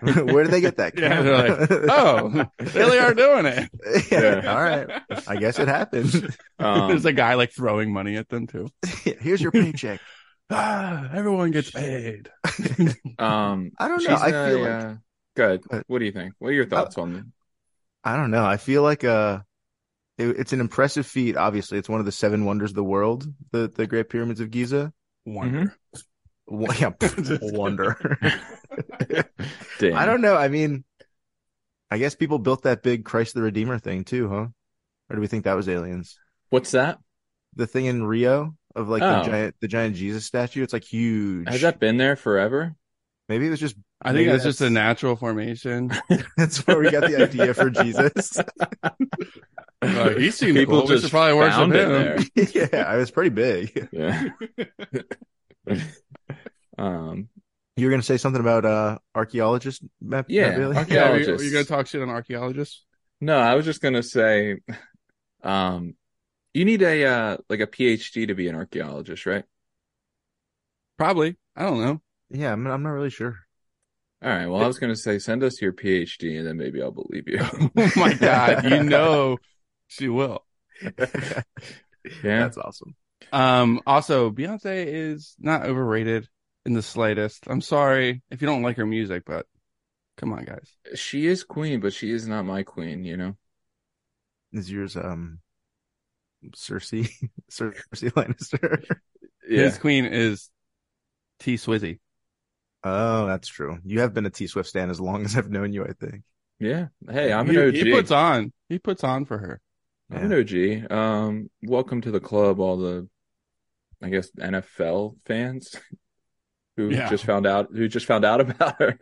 Speaker 3: Where did they get that?
Speaker 2: Yeah,
Speaker 3: camera?
Speaker 2: Oh, really are doing it.
Speaker 3: Yeah.
Speaker 1: Yeah.
Speaker 3: All right. I guess it happened.
Speaker 1: Um,
Speaker 2: There's a guy like throwing money at them too.
Speaker 3: Here's your paycheck.
Speaker 2: Ah, everyone gets paid.
Speaker 1: um,
Speaker 3: I don't
Speaker 1: she's
Speaker 3: know. I
Speaker 1: not
Speaker 3: feel
Speaker 1: a,
Speaker 3: like Uh,
Speaker 1: uh, good.
Speaker 3: But-
Speaker 1: What do you think? What are your thoughts on them?
Speaker 3: I don't know. I feel like uh it- it's an impressive feat. Obviously, it's one of the seven wonders of the world. The the Great Pyramids of Giza.
Speaker 2: Wonder.
Speaker 3: Wo- Yeah, wonder.
Speaker 1: Damn.
Speaker 3: I don't know. I mean, I guess people built that big Christ the Redeemer thing too, huh? Or do we think that was aliens?
Speaker 1: What's that?
Speaker 3: The thing in Rio of like
Speaker 1: Oh.
Speaker 3: the giant the giant Jesus statue. It's like huge.
Speaker 1: Has that been there forever?
Speaker 3: Maybe it was just
Speaker 2: I think
Speaker 3: Maybe
Speaker 2: that's just a
Speaker 3: that's-
Speaker 2: natural formation.
Speaker 3: that's where we got the idea for Jesus.
Speaker 2: Uh, he's seen it.
Speaker 1: People
Speaker 2: Well, we should
Speaker 1: just
Speaker 2: probably worship
Speaker 1: found it
Speaker 2: him.
Speaker 1: there.
Speaker 3: yeah, I was pretty big.
Speaker 1: Yeah. um.
Speaker 3: You were gonna say something about uh archaeologist Matt, Matt
Speaker 1: Yeah,
Speaker 3: Bailey?
Speaker 1: archae-
Speaker 2: Yeah, are you,
Speaker 1: Archaeologists.
Speaker 2: going to talk shit on archaeologists?
Speaker 1: No, I was just gonna say, um, you need a uh, like a PhD to be an archaeologist, right?
Speaker 2: Probably. I don't know.
Speaker 3: Yeah, I'm, I'm not really sure.
Speaker 1: All right. Well, I was gonna say, send us your PhD, and then maybe I'll believe you.
Speaker 2: Oh my god, you know she will.
Speaker 1: Yeah.
Speaker 3: That's awesome.
Speaker 2: Um also Beyonce is not overrated in the slightest. I'm sorry if you don't like her music, but come on guys.
Speaker 1: she is queen, but she is not my queen. You know.
Speaker 3: Is yours um Cersei Cersei Lannister?
Speaker 2: His queen is T Swizzy.
Speaker 3: Oh, that's true. You have been a T Swift stan as long as I've known you, I think.
Speaker 1: Yeah. Hey, I'm
Speaker 2: he,
Speaker 1: an OG.
Speaker 2: he puts on he puts on for her.
Speaker 1: I'm an OG. Um, welcome to the club, all the, I guess NFL fans who
Speaker 2: Yeah.
Speaker 1: just found out who just found out about her.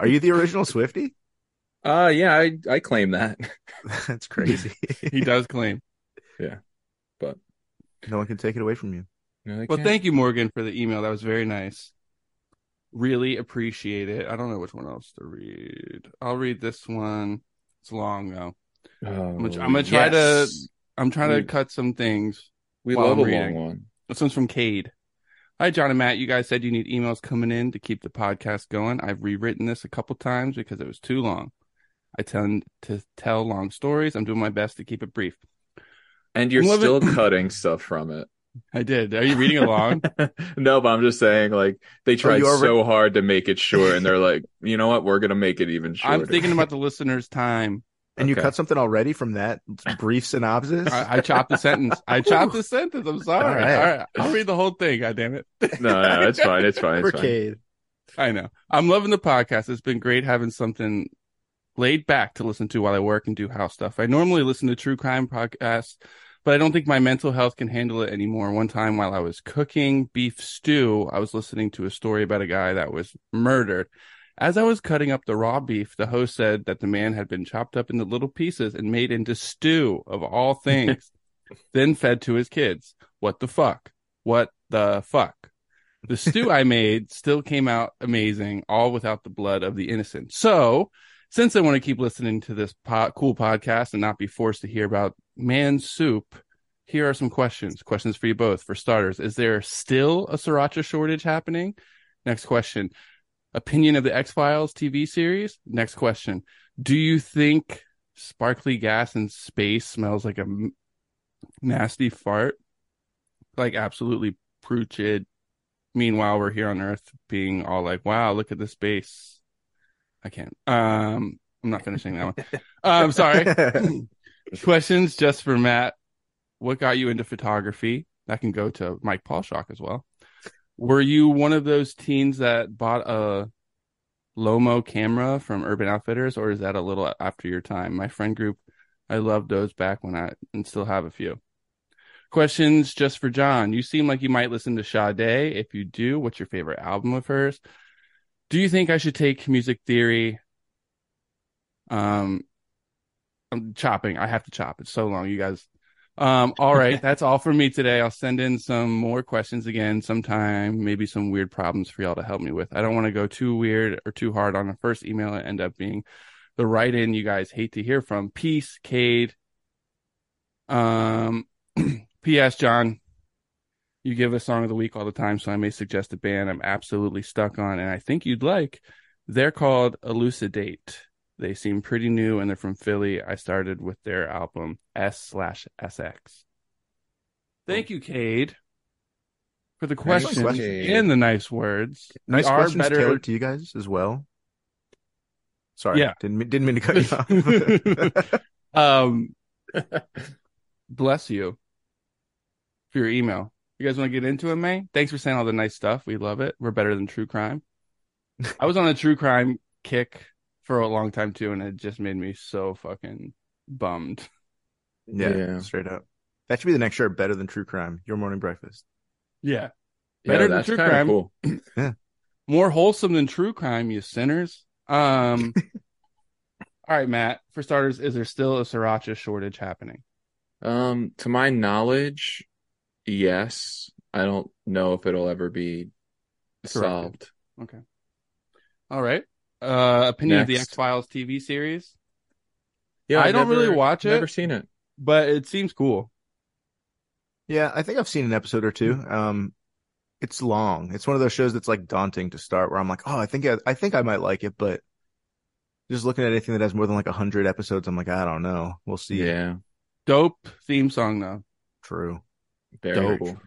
Speaker 3: Are you the original Swifty?
Speaker 1: uh, yeah, I I claim that.
Speaker 3: That's crazy.
Speaker 2: He does claim.
Speaker 3: no one can take it away from you.
Speaker 1: No, they
Speaker 2: Well,
Speaker 1: can't.
Speaker 2: thank you, Morgan, for the email. That was very nice. Really appreciate it. I don't know which one else to read. I'll read this one. It's long though.
Speaker 1: Oh,
Speaker 2: I'm gonna- I'm gonna try to-
Speaker 1: yes.
Speaker 2: I'm trying to
Speaker 1: Read.
Speaker 2: cut some things.
Speaker 1: We
Speaker 2: while
Speaker 1: love
Speaker 2: I'm
Speaker 1: a long
Speaker 2: reading.
Speaker 1: one.
Speaker 2: This one's from Cade. Hi, John and Matt. You guys said you need emails coming in to keep the podcast going. I've rewritten this a couple times because it was too long. I tend to tell long stories. I'm doing my best to keep it brief.
Speaker 1: And you're
Speaker 2: I'm loving-
Speaker 1: still cutting stuff from it.
Speaker 2: I did. Are you reading along?
Speaker 1: no, but I'm just saying, like, they tried
Speaker 3: you already-
Speaker 1: so hard to make it short, and they're like, you know what? We're going to make it even shorter.
Speaker 2: I'm thinking about the listener's time.
Speaker 3: And you
Speaker 1: Okay.
Speaker 3: cut something already from that brief synopsis?
Speaker 2: I, I chopped the sentence. I chopped the sentence. I'm sorry. All
Speaker 3: All
Speaker 2: right.
Speaker 3: right.
Speaker 2: I'll read the whole thing. God damn it.
Speaker 1: No, no, it's fine. It's fine. It's
Speaker 3: For
Speaker 1: fine.
Speaker 3: Cade.
Speaker 2: I know. I'm loving the podcast. It's been great having something laid back to listen to while I work and do house stuff. I normally listen to true crime podcasts, but I don't think my mental health can handle it anymore. One time while I was cooking beef stew, I was listening to a story about a guy that was murdered. As I was cutting up the raw beef, the host said that the man had been chopped up into little pieces and made into stew of all things, then fed to his kids. What the fuck? What the fuck? The stew I made still came out amazing, all without the blood of the innocent. So since I want to keep listening to this po- cool podcast and not be forced to hear about man soup, here are some questions. Questions for you both. For starters, is there still a sriracha shortage happening? Next question. Opinion of the X Files TV series? Next question. Do you think sparkly gas in space smells like a m- nasty fart? Like, absolutely putrid. Meanwhile, we're here on Earth being all like, wow, look at the space. I can't. Um, I'm not finishing that one. I'm sorry. Questions just for Matt. What got you into photography? That can go to Mike Paulshock as well. Were you one of those teens that bought a Lomo camera from Urban Outfitters, or is that a little after your time? My friend group, I loved those back when I and still have a few. Questions just for John. You seem like you might listen to Sade. If you do, what's your favorite album of hers? Do you think I should take music theory? Um, I'm chopping. I have to chop. It's so long, you guys. Um, all right, that's all for me today. I'll send in some more questions again sometime, maybe some weird problems for y'all to help me with. I don't want to go too weird or too hard on the first email and end up being the write in you guys hate to hear from. Peace, Cade. Um, P.S. John, you give a song of the week all the time, so I may suggest a band I'm absolutely stuck on and I think you'd like. They're called Elucidate. They seem pretty new and they're from Philly. I started with their album S slash SX. Thank you, Cade, for the
Speaker 1: Nice
Speaker 2: questions
Speaker 3: questions.
Speaker 2: and the nice words. We
Speaker 3: nice
Speaker 2: are
Speaker 3: questions
Speaker 2: better-
Speaker 3: tailored to you guys as well. Sorry,
Speaker 2: Yeah.
Speaker 3: didn't mean- didn't mean to cut you off.
Speaker 2: um, bless you for your email. You guys want to get into it, May? Thanks for saying all the nice stuff. We love it. We're better than true crime. I was on a true crime kick for a long time too, and it just made me so fucking bummed.
Speaker 3: yeah,
Speaker 1: Yeah.
Speaker 3: straight up. That should be the next shirt. Better than true crime. Your morning breakfast.
Speaker 2: Yeah.
Speaker 1: Yeah,
Speaker 2: Better than
Speaker 1: that's
Speaker 2: true
Speaker 1: kinda
Speaker 2: crime.
Speaker 1: cool.
Speaker 2: More wholesome than true crime, you sinners. Um All right, Matt. For starters, is there still a sriracha shortage happening?
Speaker 1: Um, to my knowledge, yes. I don't know if it'll ever be
Speaker 2: Corrected.
Speaker 1: solved.
Speaker 2: All right. Uh opinion of the
Speaker 1: Next.
Speaker 2: X Files TV series.
Speaker 1: Yeah,
Speaker 2: I
Speaker 1: I've
Speaker 2: don't really
Speaker 1: never-
Speaker 2: watch it.
Speaker 1: Never seen it.
Speaker 2: But it seems cool.
Speaker 3: Yeah, I think I've seen an episode or two. Um, it's long. It's one of those shows that's like daunting to start. Where I'm like, oh, I think I, I think I might like it, but just looking at anything that has more than like hundred episodes, I'm like, I don't know. We'll see.
Speaker 1: Yeah,
Speaker 2: Dope theme song though.
Speaker 3: True.
Speaker 1: very
Speaker 2: Dope.
Speaker 1: cool.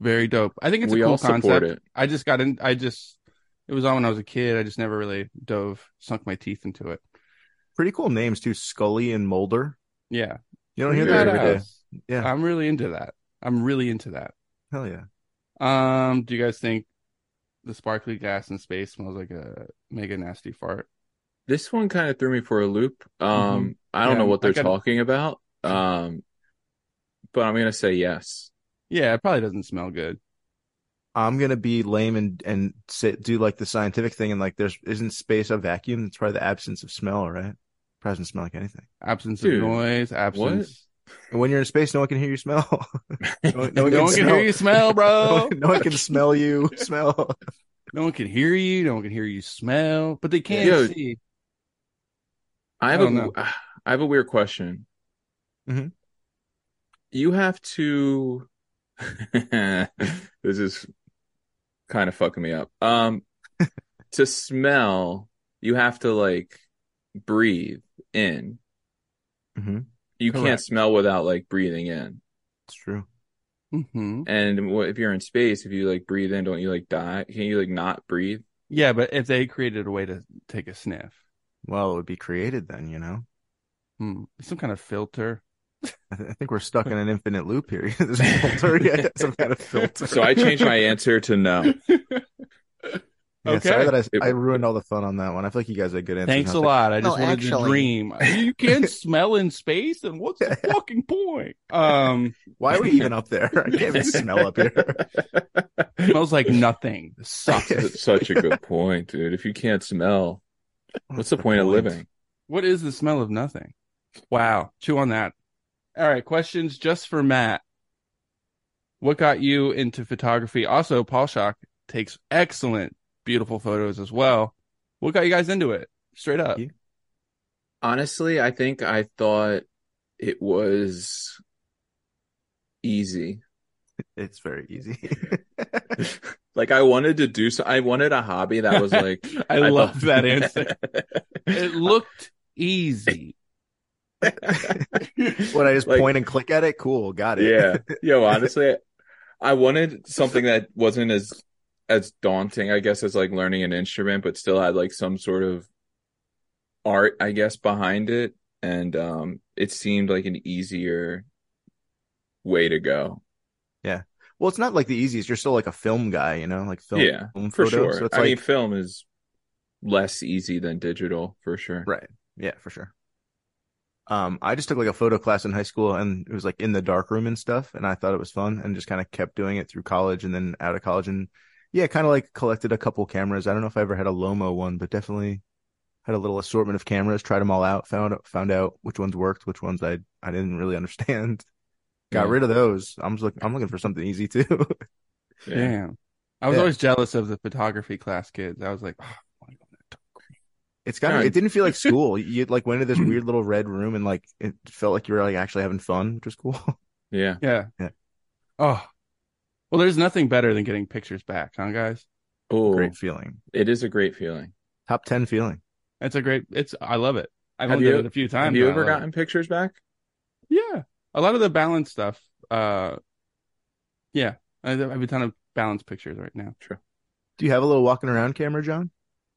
Speaker 2: Very dope. I think it's
Speaker 1: we
Speaker 2: a cool
Speaker 1: all
Speaker 2: concept.
Speaker 1: support it.
Speaker 2: I just got in. I just it was on when I was a kid. I just never really dove, sunk my teeth into it.
Speaker 3: Pretty cool names too. Scully and Mulder.
Speaker 2: Yeah,
Speaker 3: You don't hear that every day.
Speaker 2: Badass.
Speaker 3: Yeah.
Speaker 2: I'm really into that. I'm really into that.
Speaker 3: Hell yeah.
Speaker 2: Um, do you guys think the sparkly gas in space smells like a mega nasty fart?
Speaker 1: This one kind of threw me for a loop. Um, I don't
Speaker 2: Mm-hmm. Yeah,
Speaker 1: know what they're
Speaker 2: I got-
Speaker 1: talking about. Um, but I'm gonna say yes.
Speaker 2: Yeah, it probably doesn't smell good.
Speaker 3: I'm gonna be lame and and sit, do like the scientific thing and like there's isn't space a vacuum? It's probably the absence of smell, right? Probably doesn't smell like anything.
Speaker 2: Absence
Speaker 1: Dude,
Speaker 2: of noise, absence.
Speaker 3: And when you're in space, no one can hear you smell. no,
Speaker 2: No one can, hear you smell,
Speaker 3: No
Speaker 2: bro.
Speaker 3: one, no one can smell you smell.
Speaker 2: no one can hear you. No one can hear you smell, but they can
Speaker 1: Yo.
Speaker 2: see.
Speaker 1: I have
Speaker 2: I
Speaker 1: a
Speaker 2: don't know.
Speaker 1: I have a weird question.
Speaker 3: Mhm.
Speaker 1: You have to. this is kind of fucking me up. Um, to smell, you have to like breathe in.
Speaker 3: hmm
Speaker 1: You can't
Speaker 2: Correct.
Speaker 1: smell without like breathing in.
Speaker 3: It's true.
Speaker 2: hmm
Speaker 1: And what, if you're in space, if you like breathe in, don't you like die? Can you like not breathe?
Speaker 2: Yeah, but if they created a way to take a sniff,
Speaker 3: Well, it would be created then, you know.
Speaker 2: hmm, some kind of filter.
Speaker 3: I, th- I think we're stuck in an infinite loop here. There's a filter, yeah, some kind of filter.
Speaker 1: So I changed my answer to no.
Speaker 3: Yeah,
Speaker 2: Okay.
Speaker 3: Sorry that I,
Speaker 1: It-
Speaker 3: I ruined all the fun on that one. I feel like you guys had good answers.
Speaker 2: Thanks
Speaker 3: and
Speaker 2: a
Speaker 3: I was
Speaker 2: lot. I just
Speaker 4: Well,
Speaker 2: wanted to
Speaker 4: actually-
Speaker 2: dream. You can't smell in space, and what's the fucking point? Um,
Speaker 3: like, Why are we even up there? I can't even smell up here.
Speaker 2: smells like nothing. This sucks.
Speaker 1: That's such a good point, dude. If you can't smell, what's the point of living?
Speaker 2: What is the smell of nothing? Wow. Chew on that. All right. Questions just for Matt. What got you into photography? Also, Paul Shock takes excellent, beautiful photos as well. What got you guys into it? Straight up.
Speaker 3: You-
Speaker 1: Honestly, I think I thought it was easy.
Speaker 3: It's very easy.
Speaker 1: Like I wanted to do so I wanted a hobby that was like
Speaker 2: I,
Speaker 1: thought-
Speaker 2: love that answer. It looked easy.
Speaker 3: when I just
Speaker 1: Like-
Speaker 3: point and click at it, cool, got it.
Speaker 1: yeah. Yo, honestly, I wanted something that wasn't as as daunting, I guess, as like learning an instrument, but still had like some sort of art, I guess, behind it. And um it seemed like an easier way to go.
Speaker 3: Well, it's not like the easiest. You're still like a film guy, you know, like film,
Speaker 1: Yeah,
Speaker 3: film
Speaker 1: For
Speaker 3: photo.
Speaker 1: sure.
Speaker 3: So it's
Speaker 1: I
Speaker 3: like,
Speaker 1: mean film is less easy than digital for sure.
Speaker 3: Right. Yeah, for sure. Um, I just took like a photo class in high school and it was like in the dark room and stuff. And I thought it was fun and just kind of kept doing it through college and then out of college. And yeah, kind of like collected a couple cameras. I don't know if I ever had a Lomo one, but definitely had a little assortment of cameras, tried them all out, found, found out which ones worked, which ones I, I didn't really understand. Got
Speaker 1: Yeah.
Speaker 3: rid of those. I'm just looking, I'm looking for something easy too.
Speaker 1: yeah.
Speaker 2: Damn. I was
Speaker 3: Yeah.
Speaker 2: always jealous of the photography class kids. I was like, "Oh, I wanna go in that dark room."
Speaker 3: It's kind of,
Speaker 1: Yeah.
Speaker 3: it didn't feel like school. You like went into this weird little red room and like it felt like you were like actually having fun, which was cool.
Speaker 1: Yeah.
Speaker 2: yeah.
Speaker 3: Yeah.
Speaker 2: Oh. Well, there's nothing better than getting pictures back, huh, guys?
Speaker 1: Oh,
Speaker 3: Great feeling.
Speaker 1: it is a great feeling.
Speaker 3: Top 10 feeling.
Speaker 2: It's a great. It's. I love it. I've
Speaker 1: Have
Speaker 2: only done
Speaker 1: you-
Speaker 2: it a few times.
Speaker 1: Have you
Speaker 2: but I
Speaker 1: ever
Speaker 2: love it.
Speaker 1: gotten pictures back?
Speaker 2: Yeah, a lot of the balance stuff. Uh, yeah, I I have a ton of balance pictures right now.
Speaker 3: Do you have a little walking around camera, John?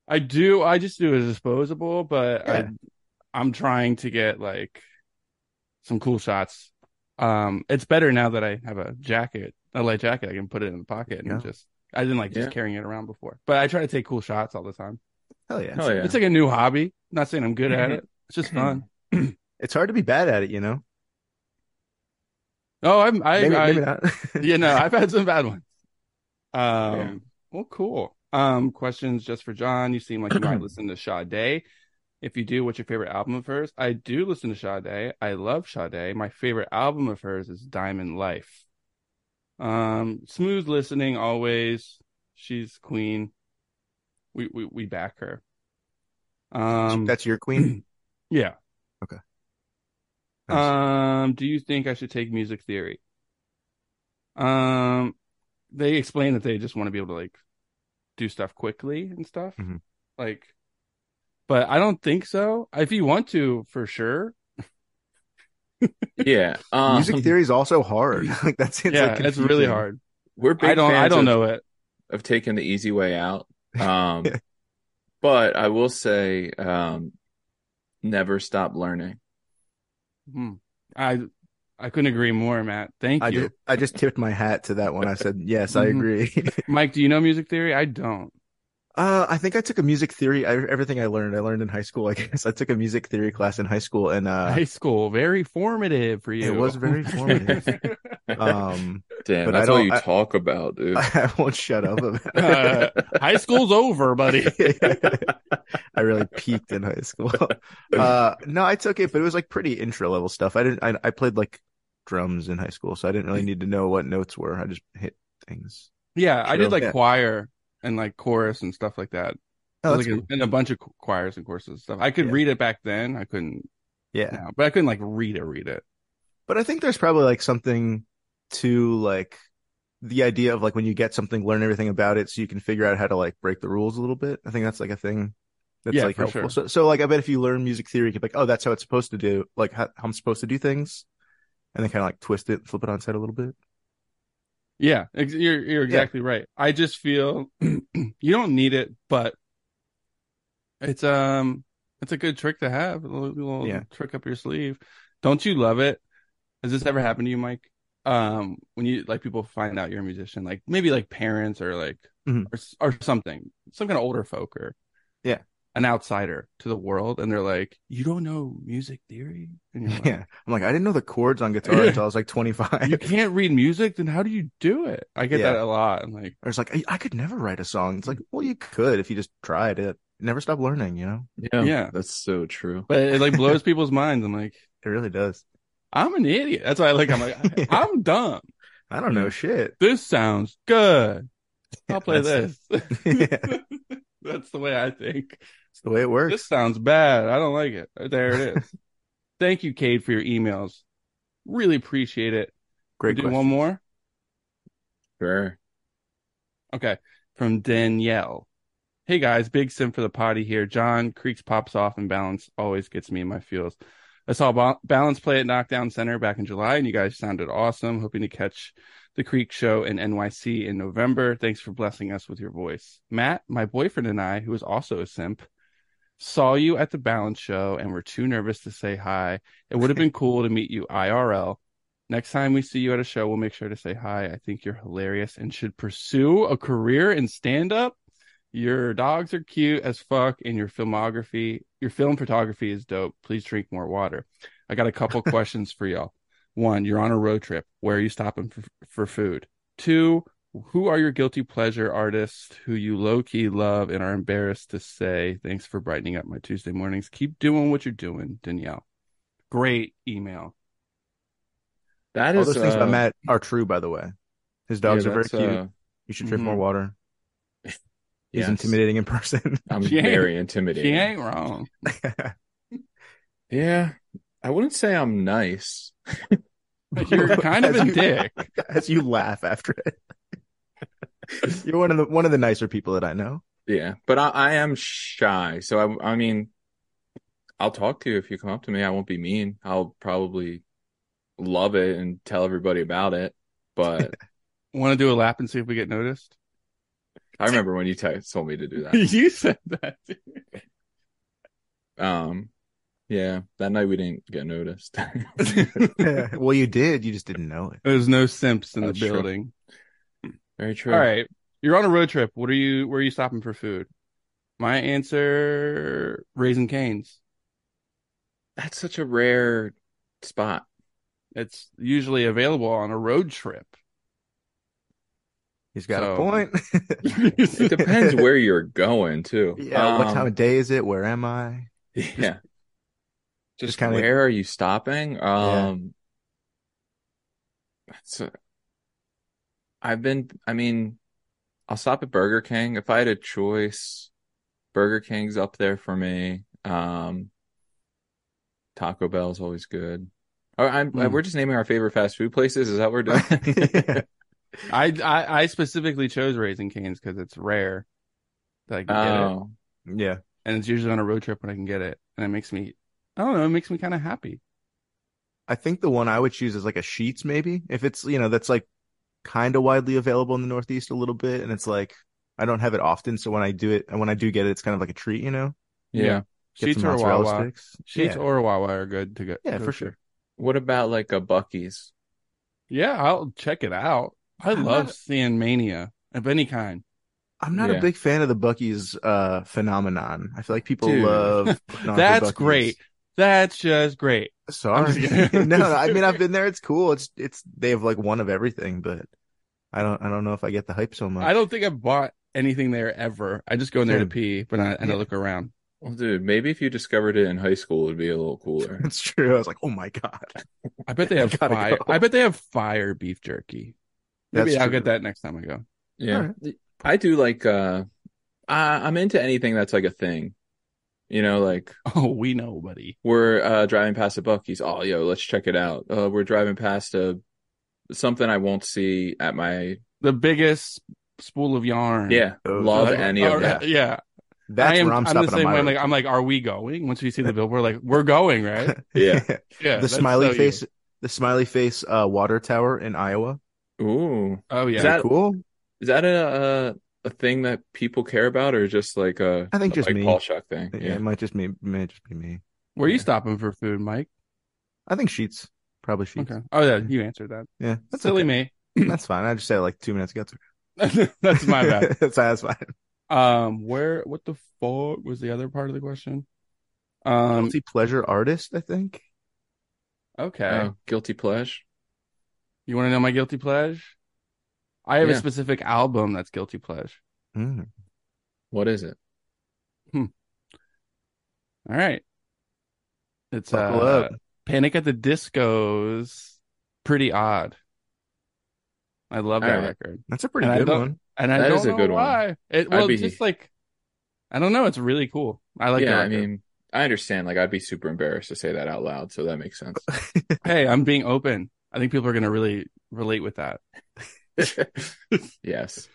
Speaker 2: I do. I just do it as disposable, but
Speaker 3: Yeah.
Speaker 2: I, I'm trying to get like some cool shots. Um, it's better now that I have a jacket, a light jacket. I can put it in the pocket and
Speaker 3: Yeah.
Speaker 2: just. I didn't like just
Speaker 1: Yeah.
Speaker 2: carrying it around before, but I try to take cool shots all the time.
Speaker 3: Hell yeah. Mm-hmm.
Speaker 1: Hell yeah.
Speaker 2: It's like a new hobby. not saying I'm good at it. It's just fun.
Speaker 3: It's hard to be bad at it, you know?
Speaker 2: Oh, I'm. I,
Speaker 3: maybe,
Speaker 2: I,
Speaker 3: maybe not.
Speaker 2: yeah, no, I've had some bad ones. Um, well, cool. Um, questions just for John. You seem like you might listen to Sade. If you do, what's your favorite album of hers? I do listen to Sade. I love Sade. My favorite album of hers is Diamond Life. Um, smooth listening always. She's queen. We we we back her. Um,
Speaker 3: That's your queen.
Speaker 2: yeah.
Speaker 3: Okay. Nice.
Speaker 2: Um, do you think I should take music theory? Um, they explain that they just want to be able to like do stuff quickly and stuff.
Speaker 3: Mhm.
Speaker 2: Like, but I don't think so. If you want to, for sure.
Speaker 1: yeah. Um,
Speaker 3: Music theory is also hard. like that's it's
Speaker 2: Uh, yeah,
Speaker 3: like
Speaker 2: it's really
Speaker 3: confusing.
Speaker 2: hard.
Speaker 1: We're big
Speaker 2: I don't.
Speaker 1: fans
Speaker 2: I don't
Speaker 1: of,
Speaker 2: know it.
Speaker 1: of taking the easy way out. Um,
Speaker 3: Yeah.
Speaker 1: but I will say, um, never stop learning.
Speaker 2: Hmm. I I couldn't agree more, Matt. Thank
Speaker 3: I
Speaker 2: you,
Speaker 3: just, I just tipped my hat to that one. I said, yes, I
Speaker 2: Mhm.
Speaker 3: agree.
Speaker 2: Mike. Do you know music theory? I don't.
Speaker 3: Uh, I think I took a music theory. I, everything I learned, I learned in high school. I guess I took a music theory class in high school, and uh,
Speaker 2: High school, very formative for you.
Speaker 3: it was very formative. um,
Speaker 1: Damn,
Speaker 3: But I
Speaker 1: that's all
Speaker 3: don't-
Speaker 1: you
Speaker 3: I-
Speaker 1: talk about, dude.
Speaker 3: I won't shut up about it.
Speaker 2: Uh, high school's over, buddy.
Speaker 3: I really peaked in high school. Uh, no, I took it, but it was like pretty intro level stuff. I didn't, I, I played like drums in high school, so I didn't really need to know what notes were. I just hit things.
Speaker 2: Yeah, I did
Speaker 3: True.
Speaker 2: like
Speaker 3: Yeah.
Speaker 2: choir and like chorus and stuff like that.
Speaker 3: Oh,
Speaker 2: like
Speaker 3: that's
Speaker 2: in
Speaker 3: cool.
Speaker 2: and a bunch of cho- choirs and choruses and stuff. I could
Speaker 3: Yeah.
Speaker 2: read it back then. I couldn't
Speaker 3: Yeah.
Speaker 2: now, but I couldn't like read it, read it.
Speaker 3: But I think there's probably like something to like the idea of like when you get something, learn everything about it so you can figure out how to like break the rules a little bit. I think that's like a thing that's
Speaker 2: Yeah,
Speaker 3: like
Speaker 2: for
Speaker 3: helpful.
Speaker 2: sure.
Speaker 3: So, so like I bet if you learn music theory, you could be like, oh, that's how it's supposed to do, like how, how I'm supposed to do things. And then kind of like twist it, flip it on its head a little bit.
Speaker 2: Yeah, ex- you're you're exactly right. I just feel you don't need it, but it's um it's a good trick to have, a little, little
Speaker 3: Yeah.
Speaker 2: trick up your sleeve. Don't you love it? Has this ever happened to you, Mike? Um, when you like people find out you're a musician, like maybe like parents or like
Speaker 3: Mhm.
Speaker 2: or s or something, some kind of older folk or
Speaker 3: Yeah.
Speaker 2: an outsider to the world, and they're like, "You don't know music theory," and you're like,
Speaker 3: Yeah. I'm like, I didn't know the chords on guitar until I was like 25.
Speaker 2: "You can't read music, then how do you do it?" I get
Speaker 3: Yeah.
Speaker 2: that a lot. I'm like.
Speaker 3: Or it's like, I, I could never write a song. It's like, well, you could if you just tried it. Never stop learning, you know?
Speaker 1: yeah,
Speaker 2: yeah.
Speaker 1: that's so true.
Speaker 2: but it like blows people's minds. I'm like,
Speaker 3: It really does.
Speaker 2: I'm an idiot. That's why I like. I'm like,
Speaker 3: Yeah.
Speaker 2: I'm dumb.
Speaker 3: I don't know shit.
Speaker 2: This sounds good. I'll play
Speaker 3: That's-
Speaker 2: this.
Speaker 3: Yeah.
Speaker 2: That's the way I think.
Speaker 3: It's the way it works.
Speaker 2: This sounds bad. I don't like it. There it is. Thank you, Cade, for your emails. Really appreciate it.
Speaker 3: Great
Speaker 2: do
Speaker 3: question.
Speaker 2: one more.
Speaker 1: Sure.
Speaker 2: Okay. From Danielle. Hey guys, big sim for the potty here. John Creeks pops off and balance always gets me in my feels. I saw Ba- balance play at Knockdown Center back in July and you guys sounded awesome. Hoping to catch the Creek show in NYC in November. Thanks for blessing us with your voice. Matt, my boyfriend and I, who is also a simp, saw you at the balance show and were too nervous to say hi. It would have been cool to meet you IRL. Next time we see you at a show, we'll make sure to say hi. I think you're hilarious and should pursue a career in stand up. Your dogs are cute as fuck, and your filmography, your film photography is dope. Please drink more water. I got a couple questions for y'all. One, you're on a road trip. Where are you stopping for, for food? Two, who are your guilty pleasure artists who you low key love and are embarrassed to say? Thanks for brightening up my Tuesday mornings. Keep doing what you're doing, Danielle. Great email.
Speaker 1: That
Speaker 3: All
Speaker 1: is
Speaker 3: those things
Speaker 1: uh,
Speaker 3: about Matt are true, by the way. His dogs
Speaker 1: yeah,
Speaker 3: are very
Speaker 1: that's,
Speaker 3: cute.
Speaker 1: uh,
Speaker 3: you should drink
Speaker 2: mhm.
Speaker 3: more water. He's
Speaker 1: yes.
Speaker 3: intimidating in person.
Speaker 1: I'm
Speaker 2: She ain't-
Speaker 1: very
Speaker 2: She
Speaker 1: intimidating.
Speaker 2: ain't wrong.
Speaker 1: Yeah. I wouldn't say I'm nice.
Speaker 2: You're kind of
Speaker 3: As
Speaker 2: a
Speaker 3: you-
Speaker 2: dick.
Speaker 3: As you laugh after it. You're one of the one of the nicer people that I know.
Speaker 1: Yeah. But I, I am shy. So I I mean I'll talk to you if you come up to me. I won't be mean. I'll probably love it and tell everybody about it. But
Speaker 2: Want to do a lap and see if we get noticed?
Speaker 1: I remember when you t- told me to do that.
Speaker 2: you said that.
Speaker 1: Um, yeah, that night we didn't get noticed.
Speaker 2: There's
Speaker 3: well, you did. You just didn't know it.
Speaker 2: no simps in the
Speaker 1: That's true.
Speaker 2: building.
Speaker 1: Very true.
Speaker 2: All right, you're on a road trip. What are you? Where are you stopping for food? My answer: Raisin Canes.
Speaker 1: That's such a rare spot.
Speaker 2: It's usually available on a road trip.
Speaker 3: He's got a
Speaker 2: So-
Speaker 3: point.
Speaker 1: It depends where you're going too.
Speaker 3: yeah. what
Speaker 1: Um,
Speaker 3: time of day is it? Where am I?
Speaker 1: Yeah. Just,
Speaker 3: kinda-
Speaker 1: where are you stopping? Um, that's a, I've been, I mean, I'll stop at Burger King. If I had a choice, Burger King's up there for me. Um, Taco Bell's always good. Oh, I'm,
Speaker 3: Hmm.
Speaker 2: Mm.
Speaker 1: We're just naming our favorite fast food places. Is that what we're doing?
Speaker 2: I I, I specifically chose Raisin Canes because it's rare that I can get it,
Speaker 1: Oh,
Speaker 3: yeah.
Speaker 2: and it's usually on a road trip when I can get it, and it makes me. I don't know. It makes me kind of happy.
Speaker 3: I think the one I would choose is like a sheets, maybe if it's you know that's like kind of widely available in the Northeast a little bit, and it's like I don't have it often, so when I do it and when I do get it, it's kind of like a treat, you know.
Speaker 1: yeah.
Speaker 3: Get
Speaker 2: Sheets
Speaker 3: some
Speaker 2: or
Speaker 3: mozzarella
Speaker 2: Wawa.
Speaker 3: sticks.
Speaker 2: Sheets
Speaker 3: yeah.
Speaker 2: or Wawa are good to go.
Speaker 3: yeah,
Speaker 2: go
Speaker 3: for
Speaker 2: to.
Speaker 3: sure.
Speaker 1: What about like a Bucky's?
Speaker 2: Yeah, I'll check it out. I
Speaker 3: I'm
Speaker 2: love
Speaker 3: not-
Speaker 2: seeing mania of any kind.
Speaker 3: I'm not
Speaker 1: Yeah.
Speaker 3: a big fan of the Bucky's uh, phenomenon. I feel like people
Speaker 1: Dude.
Speaker 3: love. putting on for
Speaker 2: That's
Speaker 3: Buc-ee's.
Speaker 2: great. That's just great. I'm
Speaker 3: Sorry,
Speaker 2: just kidding.
Speaker 3: no, no, I mean I've been there. It's cool. It's it's they have like one of everything, but I don't I don't know if I get the hype so much.
Speaker 2: I don't think I've bought anything there ever. I just go in there to
Speaker 3: Same.
Speaker 2: pee, but I, and I
Speaker 3: Yeah.
Speaker 2: look around.
Speaker 1: Well, dude, maybe if you discovered it in high school, it'd be a little cooler.
Speaker 3: It's true. I was like, oh my god,
Speaker 2: I bet they
Speaker 3: I
Speaker 2: have
Speaker 3: gotta
Speaker 2: fire.
Speaker 3: go.
Speaker 2: I bet they have fire beef jerky. Maybe
Speaker 3: That's
Speaker 2: I'll
Speaker 3: true.
Speaker 2: get that next time I go.
Speaker 1: Yeah. I do like uh I I'm into anything that's like a thing. You know, like
Speaker 2: Oh, we know, buddy.
Speaker 1: we're uh driving past a Bucky's, oh yo, let's check it out. Uh we're driving past a something I won't see at my
Speaker 2: The biggest spool of yarn.
Speaker 1: yeah,
Speaker 3: Oh,
Speaker 1: love
Speaker 3: like-
Speaker 1: any
Speaker 2: All
Speaker 1: of
Speaker 3: alright.
Speaker 1: that.
Speaker 2: right, Yeah,
Speaker 3: That's
Speaker 2: I am.
Speaker 3: where I'm
Speaker 2: I'm
Speaker 3: stopping
Speaker 2: the
Speaker 3: on
Speaker 2: same
Speaker 3: my
Speaker 2: way. I'm
Speaker 3: road
Speaker 2: like, I'm like, are we going? Once we see the billboard, like, we're going, right?
Speaker 1: Yeah.
Speaker 2: Yeah.
Speaker 3: the
Speaker 2: that's
Speaker 3: smiley
Speaker 2: so you.
Speaker 3: face the smiley face uh water tower in iowa
Speaker 1: Ooh.
Speaker 2: Oh yeah.
Speaker 1: Is that-
Speaker 3: cool
Speaker 1: Is that a uh a thing that people care about or just like a
Speaker 3: I think
Speaker 1: a
Speaker 3: just
Speaker 1: Mike
Speaker 3: me.
Speaker 1: Paulshock thing?
Speaker 3: yeah, it might just me may just be me
Speaker 2: Where are you
Speaker 1: Yeah.
Speaker 2: stopping for food, Mike?
Speaker 3: i think sheets probably sheets
Speaker 2: Okay. Oh yeah, you answered that.
Speaker 3: yeah that's
Speaker 2: Silly
Speaker 3: okay.
Speaker 2: me.
Speaker 3: that's fine i just said it like two minutes ago It's okay.
Speaker 2: That's my bad.
Speaker 3: that's, that's fine
Speaker 2: Um, where? What the fuck was the other part of the question? Um.
Speaker 3: Guilty pleasure artist i think
Speaker 2: Okay.
Speaker 1: Oh, guilty pleasure.
Speaker 2: You want to know my guilty pleasure? I have
Speaker 1: Yeah.
Speaker 2: a specific album that's guilty pleasure.
Speaker 3: Mm.
Speaker 1: What is it?
Speaker 2: All right. It's uh,
Speaker 3: Buckle up.
Speaker 2: Panic at the Disco's Pretty Odd. I love
Speaker 1: All
Speaker 2: that
Speaker 1: right.
Speaker 2: record.
Speaker 3: that's a pretty
Speaker 2: And I
Speaker 3: good
Speaker 2: don't-
Speaker 3: one
Speaker 2: And I
Speaker 1: That
Speaker 2: don't
Speaker 1: is a
Speaker 2: know
Speaker 1: good one.
Speaker 2: why. It well
Speaker 1: I'd
Speaker 2: it's
Speaker 1: be-
Speaker 2: just like I don't know, it's really cool. I like
Speaker 1: yeah,
Speaker 2: the
Speaker 1: I
Speaker 2: record.
Speaker 1: mean, I understand. Like, I'd be super embarrassed to say that out loud, so that makes sense.
Speaker 2: hey, I'm being open. I think people are gonna really relate with that.
Speaker 1: yes.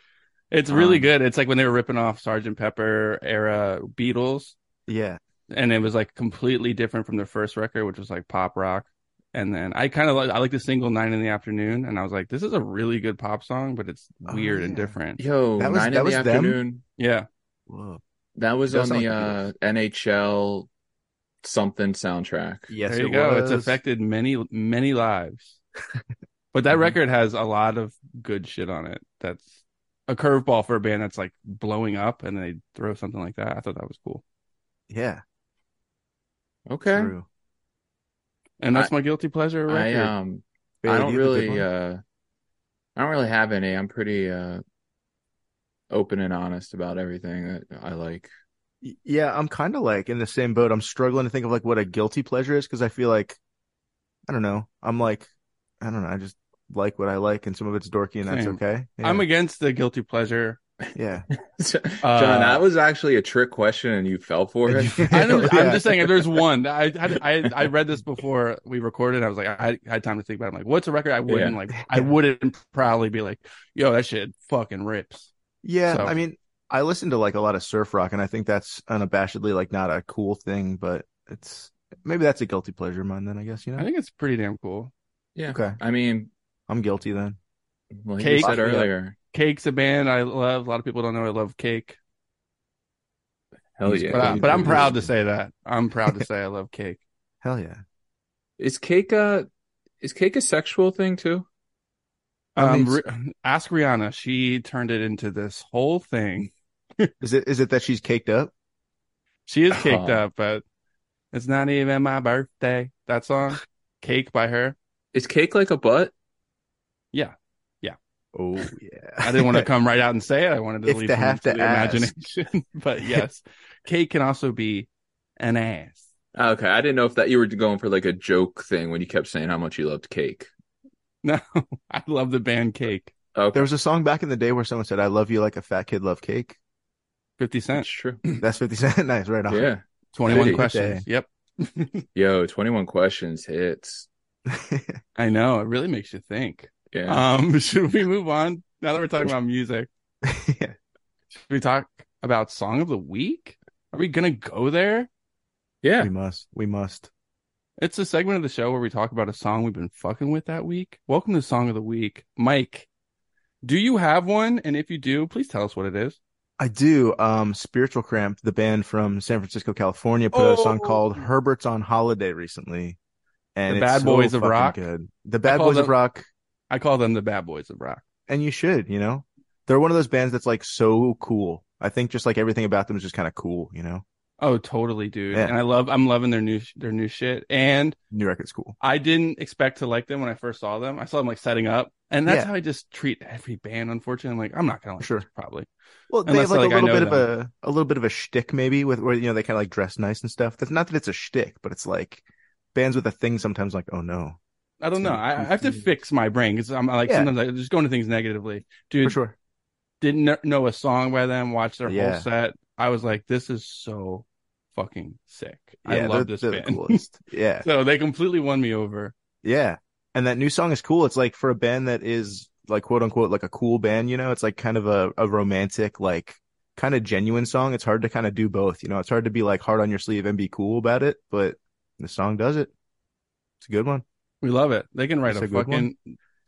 Speaker 2: It's really
Speaker 1: Um,
Speaker 2: good. It's like when they were ripping off Sergeant Pepper era Beatles,
Speaker 3: yeah.
Speaker 2: and it was like completely different from their first record, which was like pop rock. And then I kind of like I like the single Nine in the Afternoon, and I was like, this is a really good pop song, but it's
Speaker 3: Oh,
Speaker 2: weird and
Speaker 3: yeah.
Speaker 2: different.
Speaker 1: Yo,
Speaker 3: That was-
Speaker 1: nine
Speaker 3: that
Speaker 1: in
Speaker 3: was
Speaker 1: the
Speaker 3: them?
Speaker 1: afternoon.
Speaker 2: Yeah.
Speaker 3: Whoa.
Speaker 1: That was
Speaker 3: It
Speaker 1: on
Speaker 3: does sound
Speaker 1: the
Speaker 3: like
Speaker 1: uh, NHL something soundtrack.
Speaker 3: Yes,
Speaker 2: there you
Speaker 3: it
Speaker 2: go. It's
Speaker 3: was.
Speaker 2: affected many many lives. but
Speaker 3: Mm-hmm.
Speaker 2: that
Speaker 1: Mhm.
Speaker 2: record has a lot of good shit on it. That's a curveball for a band that's like blowing up and they throw something like that. I thought that was cool.
Speaker 3: Yeah.
Speaker 1: Okay.
Speaker 3: True.
Speaker 2: And that's my guilty pleasure
Speaker 1: I
Speaker 2: record.
Speaker 1: um
Speaker 3: Bailey,
Speaker 1: I
Speaker 3: do
Speaker 1: don't
Speaker 3: you have a good
Speaker 1: really
Speaker 3: one?
Speaker 1: uh I don't really have any. I'm pretty uh open and honest about everything that I like.
Speaker 3: Y- Yeah, I'm kind of like in the same boat. I'm struggling to think of like what a guilty pleasure is because I feel like I don't know. I'm like I don't know. I just like what I like, and some of it's dorky, and that's
Speaker 2: Same.
Speaker 3: okay. Yeah.
Speaker 2: I'm against the guilty pleasure.
Speaker 3: yeah.
Speaker 1: John, that was actually a trick question and you fell for
Speaker 3: And
Speaker 1: it.
Speaker 3: you
Speaker 2: I know,
Speaker 3: failed,
Speaker 2: Uh, I'm
Speaker 3: yeah.
Speaker 2: just saying if there's one I, I I I read this before we recorded. I was like I, I had time to think about. It. I'm like, what's a record I wouldn't like? I wouldn't proudly be like, yo, that shit fucking rips.
Speaker 3: Yeah,
Speaker 2: So-
Speaker 3: I mean, I listen to like a lot of surf rock, and I think that's unabashedly like not a cool thing, but it's maybe that's a guilty pleasure of mine. Then I guess you
Speaker 2: I
Speaker 3: know.
Speaker 2: think it's pretty damn cool.
Speaker 1: Yeah.
Speaker 3: Okay,
Speaker 1: I mean,
Speaker 3: I'm guilty then.
Speaker 1: like
Speaker 2: Cake.
Speaker 1: you said
Speaker 3: Yeah.
Speaker 1: earlier.
Speaker 2: Cake's a band I love. A lot of people don't know I love Cake.
Speaker 1: Hell
Speaker 3: He's
Speaker 1: yeah.
Speaker 2: But, I,
Speaker 3: you
Speaker 2: but I'm
Speaker 3: do.
Speaker 2: proud to say that. I'm proud to say I love cake.
Speaker 3: Hell yeah.
Speaker 1: Is cake a is cake a sexual thing too?
Speaker 3: I
Speaker 2: Um,
Speaker 3: mean,
Speaker 2: Ri- ask Rihanna. She turned it into this whole thing.
Speaker 3: Is it is it that she's caked up?
Speaker 2: She is caked
Speaker 3: Uh-huh.
Speaker 1: Oh.
Speaker 2: up, but it's not even my birthday. That song, Cake by her.
Speaker 1: Is cake like a butt?
Speaker 3: Oh yeah.
Speaker 2: I didn't want to come right out and say it. I wanted to
Speaker 3: If
Speaker 2: leave
Speaker 3: they
Speaker 2: room
Speaker 3: have
Speaker 2: for
Speaker 3: to
Speaker 2: the
Speaker 3: ask.
Speaker 2: imagination. but yes, cake can also be an ass.
Speaker 1: Okay, I didn't know if that you were going for like a joke thing when you kept saying how much you loved cake.
Speaker 2: No, I love the band Cake.
Speaker 1: Okay,
Speaker 3: There was a song back in the day where someone said, "I love you like a fat kid love cake."
Speaker 2: Fifty
Speaker 1: that's
Speaker 2: Cent.
Speaker 1: true.
Speaker 3: That's Fifty Cent. nice, right on.
Speaker 1: Yeah,
Speaker 2: Twenty One
Speaker 1: Hey.
Speaker 2: Questions. Yep.
Speaker 1: yo, twenty one questions hits.
Speaker 2: I know. It really makes you think.
Speaker 1: Yeah,
Speaker 3: Uh,
Speaker 2: Um, should we move on now that we're talking about music?
Speaker 3: yeah.
Speaker 2: Should we talk about song of the week? Are we gonna go there?
Speaker 1: yeah.
Speaker 3: We must. We must.
Speaker 2: It's a segment of the show where we talk about a song we've been fucking with that week. Welcome to Song of the Week. Mike, do you have one? And if you do, please tell us what it is.
Speaker 3: I do. Um, Spiritual Cramp, the band from San Francisco, California, put out a song
Speaker 2: Oh.
Speaker 3: called "Herbert's on Holiday" recently, and
Speaker 2: The
Speaker 3: it's
Speaker 2: Bad
Speaker 3: so
Speaker 2: Boys of
Speaker 3: fucking
Speaker 2: Rock?
Speaker 3: Good. The Bad
Speaker 2: call
Speaker 3: Boys of
Speaker 2: them-
Speaker 3: Rock,
Speaker 2: I call them the bad boys of rock.
Speaker 3: and you should. You know, they're one of those bands that's like so cool. I think just like everything about them is just kind of cool. You know,
Speaker 2: Oh, totally, dude.
Speaker 3: Yeah.
Speaker 2: And I love, I'm loving their new, their new shit. And
Speaker 3: new record's cool.
Speaker 2: I didn't expect to like them when I first saw them. I saw them like setting up. And that's
Speaker 3: Yeah.
Speaker 2: how I just treat every band, unfortunately. I'm like, I'm not going to like
Speaker 3: Sure.
Speaker 2: this, probably.
Speaker 3: Well, they
Speaker 2: Unless
Speaker 3: have like,
Speaker 2: I, like, I
Speaker 3: a little
Speaker 2: know
Speaker 3: bit of a a little bit of a shtick maybe with where you know they kind of like dress nice and stuff. That's not that it's a shtick, but it's like bands with a thing sometimes like, oh no,
Speaker 2: I don't
Speaker 3: It's
Speaker 2: know.
Speaker 3: gonna
Speaker 2: I, I
Speaker 3: be
Speaker 2: have to
Speaker 3: confusing.
Speaker 2: fix my brain because I'm like,
Speaker 3: Yeah.
Speaker 2: sometimes I just go into things negatively. Dude,
Speaker 3: for sure.
Speaker 2: didn't kn- know a song by them, watched their
Speaker 3: Yeah.
Speaker 2: whole set. I was like, this is so fucking sick. I
Speaker 3: Yeah,
Speaker 2: love
Speaker 3: they're-
Speaker 2: this
Speaker 3: they're the
Speaker 2: band.
Speaker 3: coolest. Yeah.
Speaker 2: so they completely won me over.
Speaker 3: Yeah. And that new song is cool. It's like for a band that is like quote unquote like a cool band, you know, it's like kind of a, a romantic, like kind of genuine song. It's hard to kind of do both, you know, it's hard to be like hard on your sleeve and be cool about it, but the song does it. It's a good one.
Speaker 2: We love it. They can write
Speaker 3: That's
Speaker 2: a
Speaker 3: a good
Speaker 2: fucking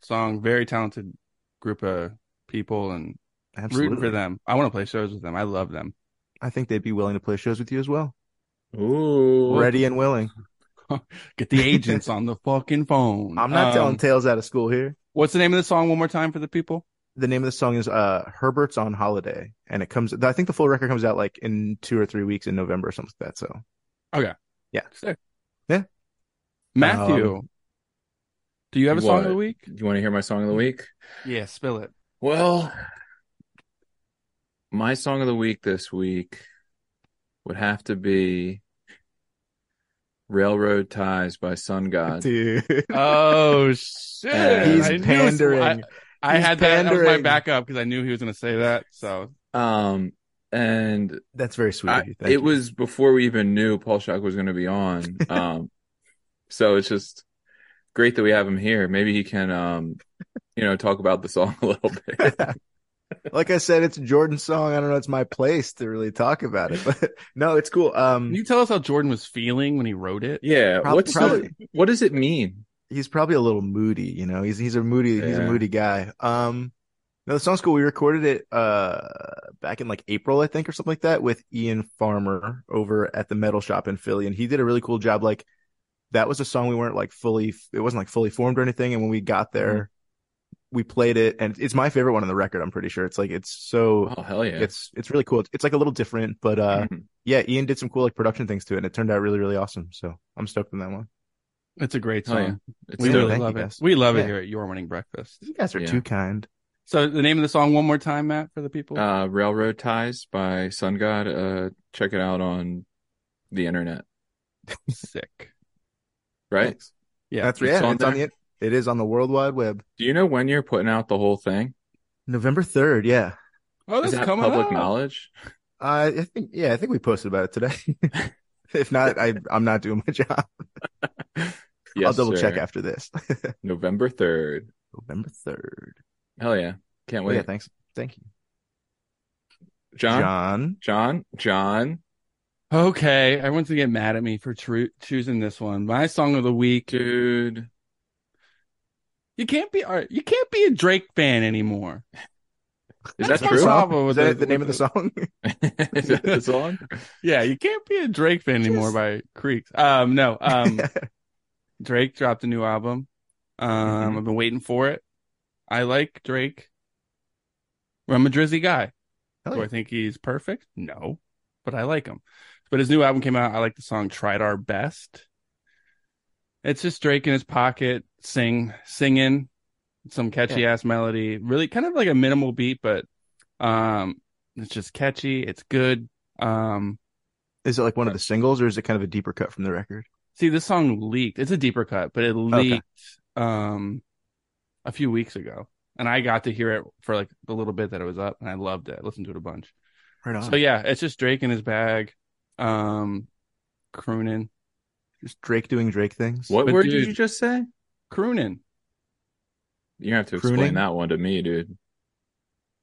Speaker 2: song. Very talented group of people and
Speaker 3: Absolutely.
Speaker 2: rooting for them. I want to play shows with them. I love them.
Speaker 3: I think they'd be willing to play shows with you as well.
Speaker 1: Ooh,
Speaker 3: Ready and willing.
Speaker 2: Get the agents on the fucking phone.
Speaker 3: I'm not
Speaker 2: Um,
Speaker 3: telling tales out of school here.
Speaker 2: What's the name of the song one more time for the people?
Speaker 3: The name of the song is uh Herbert's on Holiday and it comes I think the full record comes out like in 2 or 3 weeks in November or something like that, so.
Speaker 2: Sick.
Speaker 3: Yeah. Um,
Speaker 2: Matthew, do you have a song of the
Speaker 1: What?
Speaker 2: week?
Speaker 1: do you want to hear my song of the week?
Speaker 2: Yeah, spill it.
Speaker 1: Well, my song of the week this week would have to be "Railroad Ties" by Sun God.
Speaker 3: Dude.
Speaker 2: Oh shit!
Speaker 1: He's
Speaker 2: I knew-
Speaker 3: pandering.
Speaker 2: I, I
Speaker 3: He's
Speaker 2: had that that was my
Speaker 3: pandering.
Speaker 2: backup because I knew he was going to say that. So
Speaker 1: Um, and
Speaker 3: That's very sweet
Speaker 1: I-
Speaker 3: of you. Thank
Speaker 1: it
Speaker 3: you.
Speaker 1: was before we even knew Paul Shock was going to be on. Um, so it's just great that we have him here. Maybe he can, um, you know, talk about the song a little bit.
Speaker 3: like I said, it's a Jordan song. I don't know. It's my place to really talk about it, but no, it's cool. Um,
Speaker 2: Can you tell us how Jordan was feeling when he wrote it?
Speaker 1: Yeah,
Speaker 3: prob-
Speaker 1: what's the-
Speaker 3: probably-
Speaker 1: what does it mean?
Speaker 3: he's probably a little moody, you know. He's he's a moody he's a
Speaker 1: Yeah.
Speaker 3: moody guy. Um no, the song's cool. We recorded it uh back in like April, I think, or something like that, with Ian Farmer over at the metal shop in Philly, and he did a really cool job. Like that was a song we weren't like fully it wasn't like fully formed or anything, and when we got there,
Speaker 1: Mm-hmm.
Speaker 3: we played it, and it's my favorite one on the record, I'm pretty sure. It's like it's so
Speaker 1: Oh hell yeah!
Speaker 3: it's it's really cool. It's, it's like a little different, but uh
Speaker 1: Mhm.
Speaker 3: yeah, Ian did some cool like production things to it, and it turned out really, really awesome. So I'm stoked on that one.
Speaker 2: It's a great
Speaker 1: Oh,
Speaker 2: song.
Speaker 1: yeah. It's
Speaker 2: We
Speaker 1: dope.
Speaker 2: really
Speaker 3: dope. Thank you,
Speaker 2: love it.
Speaker 3: guys.
Speaker 2: We love it
Speaker 3: Yeah.
Speaker 2: here at Your Morning Breakfast.
Speaker 3: You guys are
Speaker 1: Yeah.
Speaker 3: too kind.
Speaker 2: So the name of the song one more time, Matt, for the people.
Speaker 1: uh, Railroad Ties by Sun God. Uh, check it out on the internet,
Speaker 2: Sick.
Speaker 1: right?
Speaker 3: Thanks.
Speaker 2: Yeah,
Speaker 3: that's
Speaker 1: it's
Speaker 3: yeah.
Speaker 1: on
Speaker 3: it's on the
Speaker 1: there.
Speaker 3: in- it is on the World Wide Web.
Speaker 1: Do you know when you're putting out the whole thing?
Speaker 3: November third. Yeah,
Speaker 2: Oh,
Speaker 1: Is
Speaker 2: that's
Speaker 1: that
Speaker 2: coming
Speaker 1: public
Speaker 2: up.
Speaker 1: knowledge?
Speaker 3: I I think yeah, I think we posted about it today. if not, I I'm not doing my job. I'll double
Speaker 1: sir.
Speaker 3: check after this.
Speaker 1: November third.
Speaker 3: November third.
Speaker 1: Hell yeah! Can't wait.
Speaker 3: Oh, Yeah, thanks. Thank you,
Speaker 1: John, John,
Speaker 3: John.
Speaker 1: John,
Speaker 2: Okay, everyone's gonna get mad at me for tru- choosing this one. My song of the week.
Speaker 1: dude.
Speaker 2: You can't be. all right, You can't be a Drake fan anymore.
Speaker 1: Is that
Speaker 2: That's my
Speaker 1: true?
Speaker 2: song.
Speaker 3: Bravo, is
Speaker 2: with
Speaker 3: that
Speaker 2: the-
Speaker 3: the name of the
Speaker 2: with
Speaker 3: song?
Speaker 1: Is that the song?
Speaker 2: Yeah, you can't be a Drake fan anymore
Speaker 3: Just-
Speaker 2: by Creeks. Um, no. Um, Drake dropped a new album. Um,
Speaker 1: Mhm.
Speaker 2: I've been waiting for it. I like Drake. I'm a Drizzy guy.
Speaker 3: Hell
Speaker 2: Do
Speaker 3: yeah.
Speaker 2: I think he's perfect? No, but I like him. But his new album came out. I like the song "Tried Our Best." It's just Drake in his pocket, sing, singing, some catchy ass melody. Really, kind of like a minimal beat, but um, it's just catchy. It's good. Um,
Speaker 3: is it like one of the singles, or is it kind of a deeper cut from the record?
Speaker 2: see, this song leaked. It's a deeper cut, but it leaked um a few weeks ago, and I got to hear it for like the little bit that it was up, and I loved it. I listened to it a bunch.
Speaker 3: Right on.
Speaker 2: So yeah, it's just Drake in his bag, um, crooning,
Speaker 3: Just Drake doing Drake things.
Speaker 1: What
Speaker 2: But
Speaker 1: word
Speaker 2: dude-
Speaker 1: did you just say?
Speaker 2: crooning.
Speaker 1: You have to
Speaker 3: Pruning?
Speaker 1: explain that one to me, dude.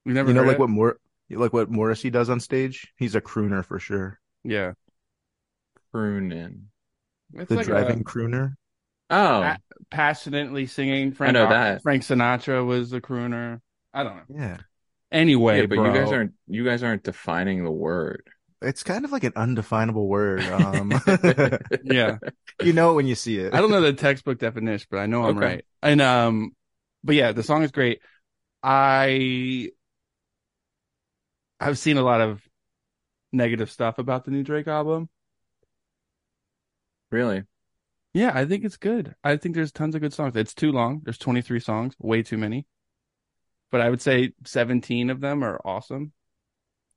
Speaker 2: You never
Speaker 3: You know,
Speaker 2: heard
Speaker 3: like
Speaker 2: it?
Speaker 3: what Mor- like what Morrissey does on stage. He's a crooner for sure.
Speaker 2: Yeah,
Speaker 1: Pruning.
Speaker 2: it's
Speaker 3: The
Speaker 2: like
Speaker 3: driving
Speaker 2: a
Speaker 3: crooner.
Speaker 1: Oh,
Speaker 2: I- passionately singing. Frank
Speaker 1: know that.
Speaker 2: Frank Sinatra was the crooner. I don't know.
Speaker 3: Yeah.
Speaker 2: Anyway,
Speaker 1: yeah, but you
Speaker 2: bro,
Speaker 1: guys aren't you guys aren't defining the word.
Speaker 3: It's kind of like an undefinable word. Um,
Speaker 2: yeah.
Speaker 3: you know it when you see it.
Speaker 2: I don't know the textbook definition, but I know I'm
Speaker 1: Okay.
Speaker 2: right. And um, but yeah, the song is great. I I've seen a lot of negative stuff about the new Drake album.
Speaker 1: Really?
Speaker 2: Yeah, I think it's good. I think there's tons of good songs. It's too long. There's 23 songs, way too many. But I would say 17 of them are awesome.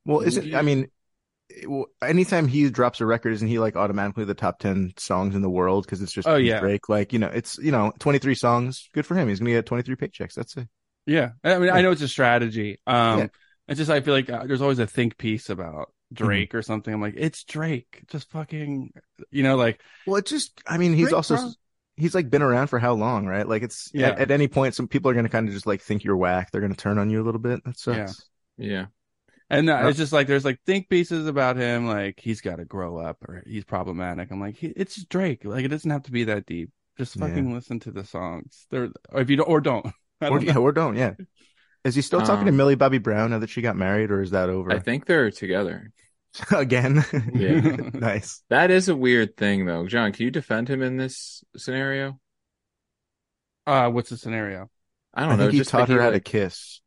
Speaker 3: Well, isn't I mean, it- well, anytime he drops a record, isn't he like automatically the top ten songs in the world because it's just
Speaker 2: Oh, yeah.
Speaker 3: Drake? Like you know, it's you know twenty three songs. Good for him. He's gonna get twenty three paychecks. That's it.
Speaker 2: Yeah. I mean,
Speaker 3: Yeah.
Speaker 2: I know it's a strategy. Um,
Speaker 3: Yeah. Mm-hmm.
Speaker 2: it's just, I feel like uh, there's always a think piece about Drake or something. I'm like, it's Drake. Just fucking, you know, like,
Speaker 3: Well, it just I mean he's
Speaker 2: Drake,
Speaker 3: also
Speaker 2: bro.
Speaker 3: he's like been around for how long, right? Like it's
Speaker 2: Yeah.
Speaker 3: at, at any point some people are gonna kind of just like think you're whack. They're gonna turn on you a little bit. That sucks.
Speaker 2: Yeah.
Speaker 1: Yeah.
Speaker 2: and uh,
Speaker 3: Yeah.
Speaker 2: it's just like, there's like think pieces about him. Like, he's got to grow up or he's problematic. I'm like, he, it's Drake. Like, it doesn't have to be that deep. Just
Speaker 3: Yeah.
Speaker 2: fucking listen to the songs. They're, or if you don't, or don't. I
Speaker 3: Or,
Speaker 2: don't
Speaker 3: yeah, or don't. Yeah. Is he still talking to
Speaker 1: Um,
Speaker 3: Millie Bobby Brown now that she got married, or is that over
Speaker 1: I think they're together.
Speaker 3: again?
Speaker 1: Yeah.
Speaker 2: know.
Speaker 3: nice.
Speaker 1: That is a weird thing though. John, can you defend him in this scenario?
Speaker 2: uh, what's the scenario?
Speaker 1: I
Speaker 3: I,
Speaker 1: don't know.
Speaker 3: think he
Speaker 1: just
Speaker 3: taught
Speaker 1: like
Speaker 3: her how to
Speaker 1: like-
Speaker 3: kiss.